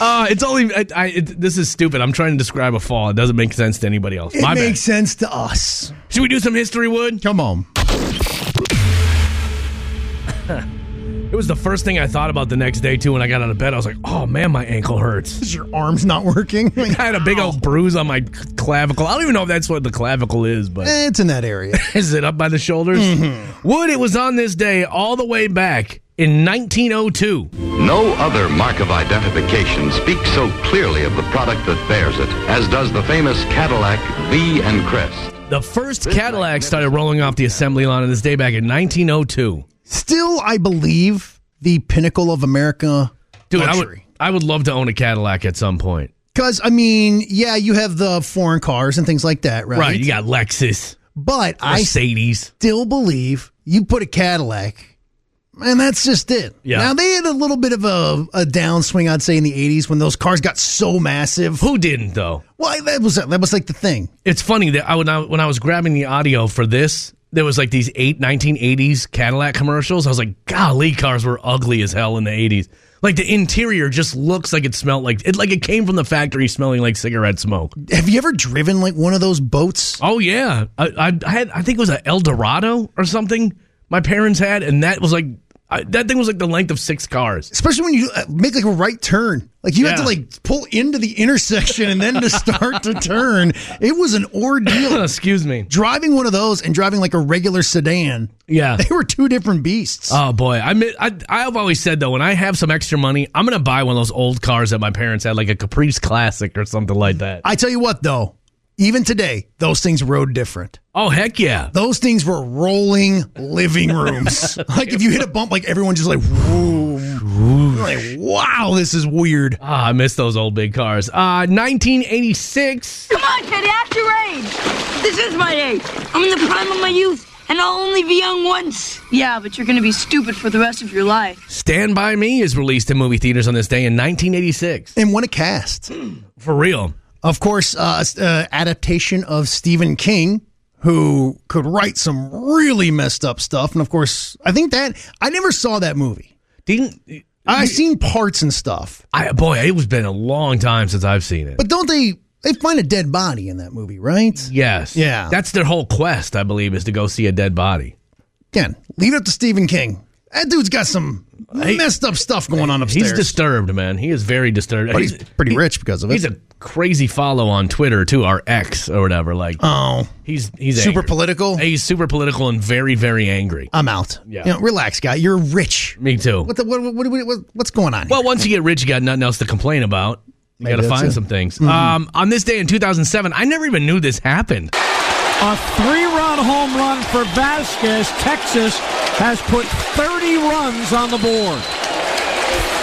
[SPEAKER 1] Uh, it's only I, I, it, this is stupid. I'm trying to describe a fall. It doesn't make sense to anybody else.
[SPEAKER 2] It
[SPEAKER 1] My
[SPEAKER 2] makes sense to us.
[SPEAKER 1] bad. Should we do some history, Wood?
[SPEAKER 2] Come on.
[SPEAKER 1] It was the first thing I thought about the next day too. When I got out of bed, I was like, "Oh man, my ankle hurts."
[SPEAKER 2] Is your arms not working? Like,
[SPEAKER 1] I had a big old bruise on my clavicle. I don't even know if that's what the clavicle is, but
[SPEAKER 2] eh, Mm-hmm. it's in that area.
[SPEAKER 1] is it up by the shoulders? Wood. It was on this day all the way back in 1902.
[SPEAKER 10] No other mark of identification speaks so clearly of the product that bears it as does the famous Cadillac V and Crest.
[SPEAKER 1] The first Cadillac started rolling off the assembly line on this day back in 1902.
[SPEAKER 2] Still, I believe the pinnacle of America
[SPEAKER 1] Dude, I would,
[SPEAKER 2] luxury.
[SPEAKER 1] I would love to own a Cadillac at some point.
[SPEAKER 2] Because, I mean, yeah, you have the foreign cars and things like that, right?
[SPEAKER 1] Right. You got Lexus,
[SPEAKER 2] But I
[SPEAKER 1] Mercedes.
[SPEAKER 2] still believe you put a Cadillac, and that's just it.
[SPEAKER 1] Yeah.
[SPEAKER 2] Now they had a little bit of a, a downswing, I'd say, in the '80s when those cars got so massive.
[SPEAKER 1] Who didn't though?
[SPEAKER 2] Well, that was that was like the thing.
[SPEAKER 1] It's funny that I would not, when I was grabbing the audio for this, there was like these eight 1980s Cadillac commercials. I was like, golly, cars were ugly as hell in the 80s. Like the interior just looks like it smelled like it like it came from the factory smelling like cigarette smoke.
[SPEAKER 2] Have you ever driven like one of those boats?
[SPEAKER 1] Oh yeah, I I, I had I think it was a El Dorado or something my parents had, and that was like I, that thing was like the length of six cars.
[SPEAKER 2] Especially when you uh, make like a right turn. Like you have to
[SPEAKER 1] Yeah.
[SPEAKER 2] like pull into the intersection and then to start to turn. It was an ordeal.
[SPEAKER 1] Excuse me.
[SPEAKER 2] Driving one of those and driving like a regular sedan.
[SPEAKER 1] Yeah.
[SPEAKER 2] They were two different beasts.
[SPEAKER 1] Oh boy, I mean, I I've always said though, when I have some extra money, I'm gonna buy one of those old cars that my parents had, like a Caprice Classic or something like that.
[SPEAKER 2] I tell you what though, even today, those things rode different.
[SPEAKER 1] Oh heck yeah!
[SPEAKER 2] Those things were rolling living rooms. like if you hit a bump, like everyone just like, whoa. Like, wow, this is weird.
[SPEAKER 1] Ah, I miss those old big cars. Uh, 1986.
[SPEAKER 11] Come on, Teddy, act your age. This is my age. I'm in the prime of my youth, and I'll only be young once. Yeah, but you're gonna be stupid for the rest of your life.
[SPEAKER 1] Stand by Me is released in movie theaters on this day in 1986.
[SPEAKER 2] And what a cast.
[SPEAKER 1] For real.
[SPEAKER 2] Of course, uh, s- uh, adaptation of Stephen King, who could write some really messed up stuff. And of course, I think that I never saw that movie.
[SPEAKER 1] Didn't
[SPEAKER 2] I seen parts and stuff,
[SPEAKER 1] I boy, it was been a long time since I've seen it.
[SPEAKER 2] but don't they? They find a dead body in that movie, right?
[SPEAKER 1] yes.
[SPEAKER 2] Yeah.
[SPEAKER 1] That's their whole quest, I believe, is to go see a dead body.
[SPEAKER 2] Again, leave it up to Stephen King. That dude's got some messed up stuff going on upstairs.
[SPEAKER 1] He's disturbed, man. He is very disturbed.
[SPEAKER 2] but he's pretty rich because of it.
[SPEAKER 1] He's a crazy follow on Twitter too, our ex or whatever. Like
[SPEAKER 2] oh,
[SPEAKER 1] he's he's
[SPEAKER 2] super
[SPEAKER 1] angry.
[SPEAKER 2] political.
[SPEAKER 1] He's super political and very very angry.
[SPEAKER 2] I'm out.
[SPEAKER 1] Yeah.
[SPEAKER 2] You know, relax, guy. You're rich.
[SPEAKER 1] Me too.
[SPEAKER 2] What the? What? What? what, what what's going on? here?
[SPEAKER 1] Well, once you get rich, you got nothing else to complain about. You
[SPEAKER 2] Maybe
[SPEAKER 1] got to
[SPEAKER 2] that's
[SPEAKER 1] find
[SPEAKER 2] it. Mm-hmm.
[SPEAKER 1] some things. Um, on this day in 2007, I never even knew this happened.
[SPEAKER 12] A three run home run for Vasquez. Texas has put 30 runs on the board.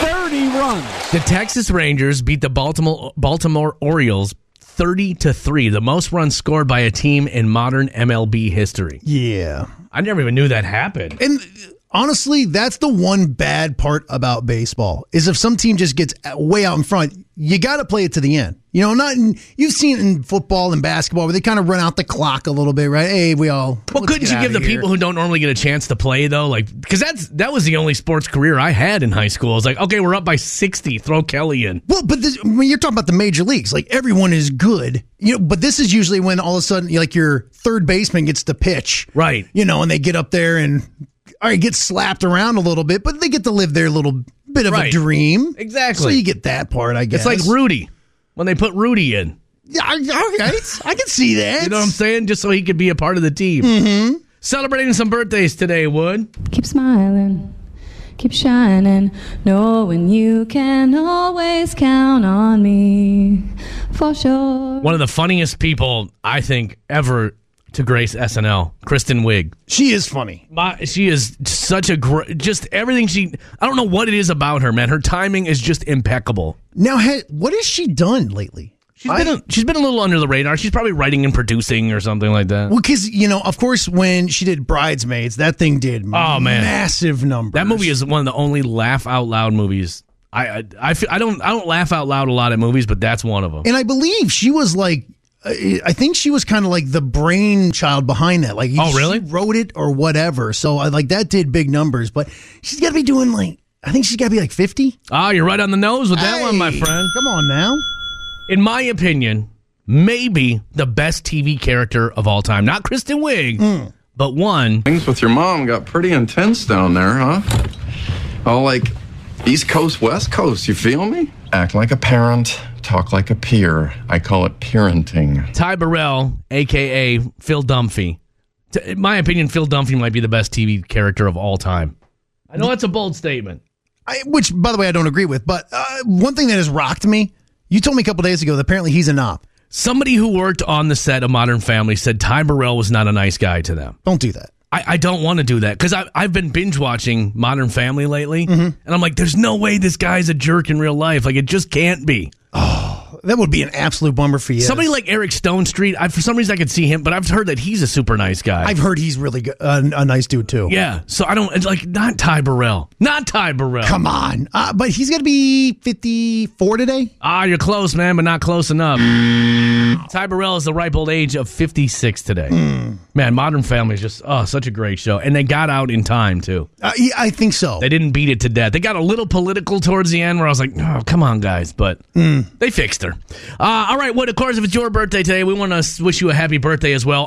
[SPEAKER 12] 30 runs.
[SPEAKER 1] The Texas Rangers beat the Baltimore Baltimore Orioles 30 to 3, the most runs scored by a team in modern MLB history.
[SPEAKER 2] yeah.
[SPEAKER 1] I never even knew that happened.
[SPEAKER 2] And uh, honestly, that's the one bad part about baseball is if some team just gets uh, way out in front, you got to play it to the end. You know, not in, you've seen it in football and basketball where they kind of run out the clock a little bit, right? Hey, we all.
[SPEAKER 1] Well,
[SPEAKER 2] let's
[SPEAKER 1] couldn't
[SPEAKER 2] get
[SPEAKER 1] you
[SPEAKER 2] out
[SPEAKER 1] give
[SPEAKER 2] of
[SPEAKER 1] the
[SPEAKER 2] here.
[SPEAKER 1] people who don't normally get a chance to play though, like because that's that was the only sports career I had in high school. It's like, okay, we're up by sixty, throw Kelly in.
[SPEAKER 2] Well, but this, when you're talking about the major leagues, like everyone is good, you know. But this is usually when all of a sudden, like your third baseman gets to pitch,
[SPEAKER 1] Right.
[SPEAKER 2] You know, and they get up there and all right, get slapped around a little bit, but they get to live their little bit of a
[SPEAKER 1] Right.
[SPEAKER 2] dream,
[SPEAKER 1] Exactly.
[SPEAKER 2] So you get that part, I guess.
[SPEAKER 1] It's like Rudy when they put Rudy in.
[SPEAKER 2] Yeah, I- all right. I can see that.
[SPEAKER 1] You know what I'm saying? Just so he could be a part of the team. Mm-hmm. Celebrating some birthdays today, Wood.
[SPEAKER 13] Keep smiling, keep shining, knowing you can always count on me for sure.
[SPEAKER 1] One of the funniest people I think ever to grace SNL, Kristen Wiig.
[SPEAKER 2] She is funny.
[SPEAKER 1] My, she is such a great, just everything she. I don't know what it is about her, man. Her timing is just impeccable.
[SPEAKER 2] Now, ha- what has she done lately?
[SPEAKER 1] She's been a, she's been a little under the radar. She's probably writing and producing or something like that.
[SPEAKER 2] Well, because you know, of course, when she did Bridesmaids, that thing did
[SPEAKER 1] Oh, man.
[SPEAKER 2] massive numbers.
[SPEAKER 1] That movie is one of the only laugh out loud movies. I I, I, feel, I don't I don't laugh out loud a lot at movies, but that's one of them.
[SPEAKER 2] and I believe she was like, uh, I I think she was kind of like the brainchild behind that. Like,
[SPEAKER 1] Oh,
[SPEAKER 2] she
[SPEAKER 1] really?
[SPEAKER 2] wrote it or whatever. So, I like that did big numbers, but she's got to be doing like, I think she's got to be like fifty.
[SPEAKER 1] Ah, you're right on the nose with that one, my
[SPEAKER 2] Hey,
[SPEAKER 1] friend.
[SPEAKER 2] Come on now.
[SPEAKER 1] in my opinion, maybe the best TV character of all time. Not Kristen Wiig,
[SPEAKER 2] Hmm.
[SPEAKER 1] but one.
[SPEAKER 9] Things with your mom got pretty intense down there, huh? All like East Coast, West Coast, you feel me? Act like a parent, talk like a peer. I call it parenting.
[SPEAKER 1] Ty Burrell, aka Phil Dunphy. T- In my opinion, Phil Dunphy might be the best TV character of all time. I know that's a bold statement.
[SPEAKER 2] I, which, by the way, I don't agree with. But uh, one thing that has rocked me, you told me a couple days ago that apparently he's a knob.
[SPEAKER 1] Somebody who worked on the set of Modern Family said Ty Burrell was not a nice guy to them.
[SPEAKER 2] Don't do that.
[SPEAKER 1] I, I don't want to do that because I've been binge watching Modern Family lately, and I'm like, there's no way this guy's a jerk in real life. Like, it just can't be.
[SPEAKER 2] That would be an absolute bummer for you.
[SPEAKER 1] Somebody like Eric Stone Street, I, for some reason I could see him, but I've heard that he's a super nice guy.
[SPEAKER 2] I've heard he's really good, uh, a nice dude too.
[SPEAKER 1] yeah, so I don't it's like not Ty Burrell, not Ty Burrell.
[SPEAKER 2] Come on, uh, but he's got to be fifty-four today.
[SPEAKER 1] Ah, you're close, man, but not close enough. Ty Burrell is the ripe old age of 56 today. Man, Modern Family is just oh, such a great show, and they got out in time too.
[SPEAKER 2] Uh, he- I think so.
[SPEAKER 1] They didn't beat it to death. They got a little political towards the end where I was like, oh, come on, guys. But they fixed her. Uh, all right. Well, of course, if it's your birthday today, we want to wish you a happy birthday as well.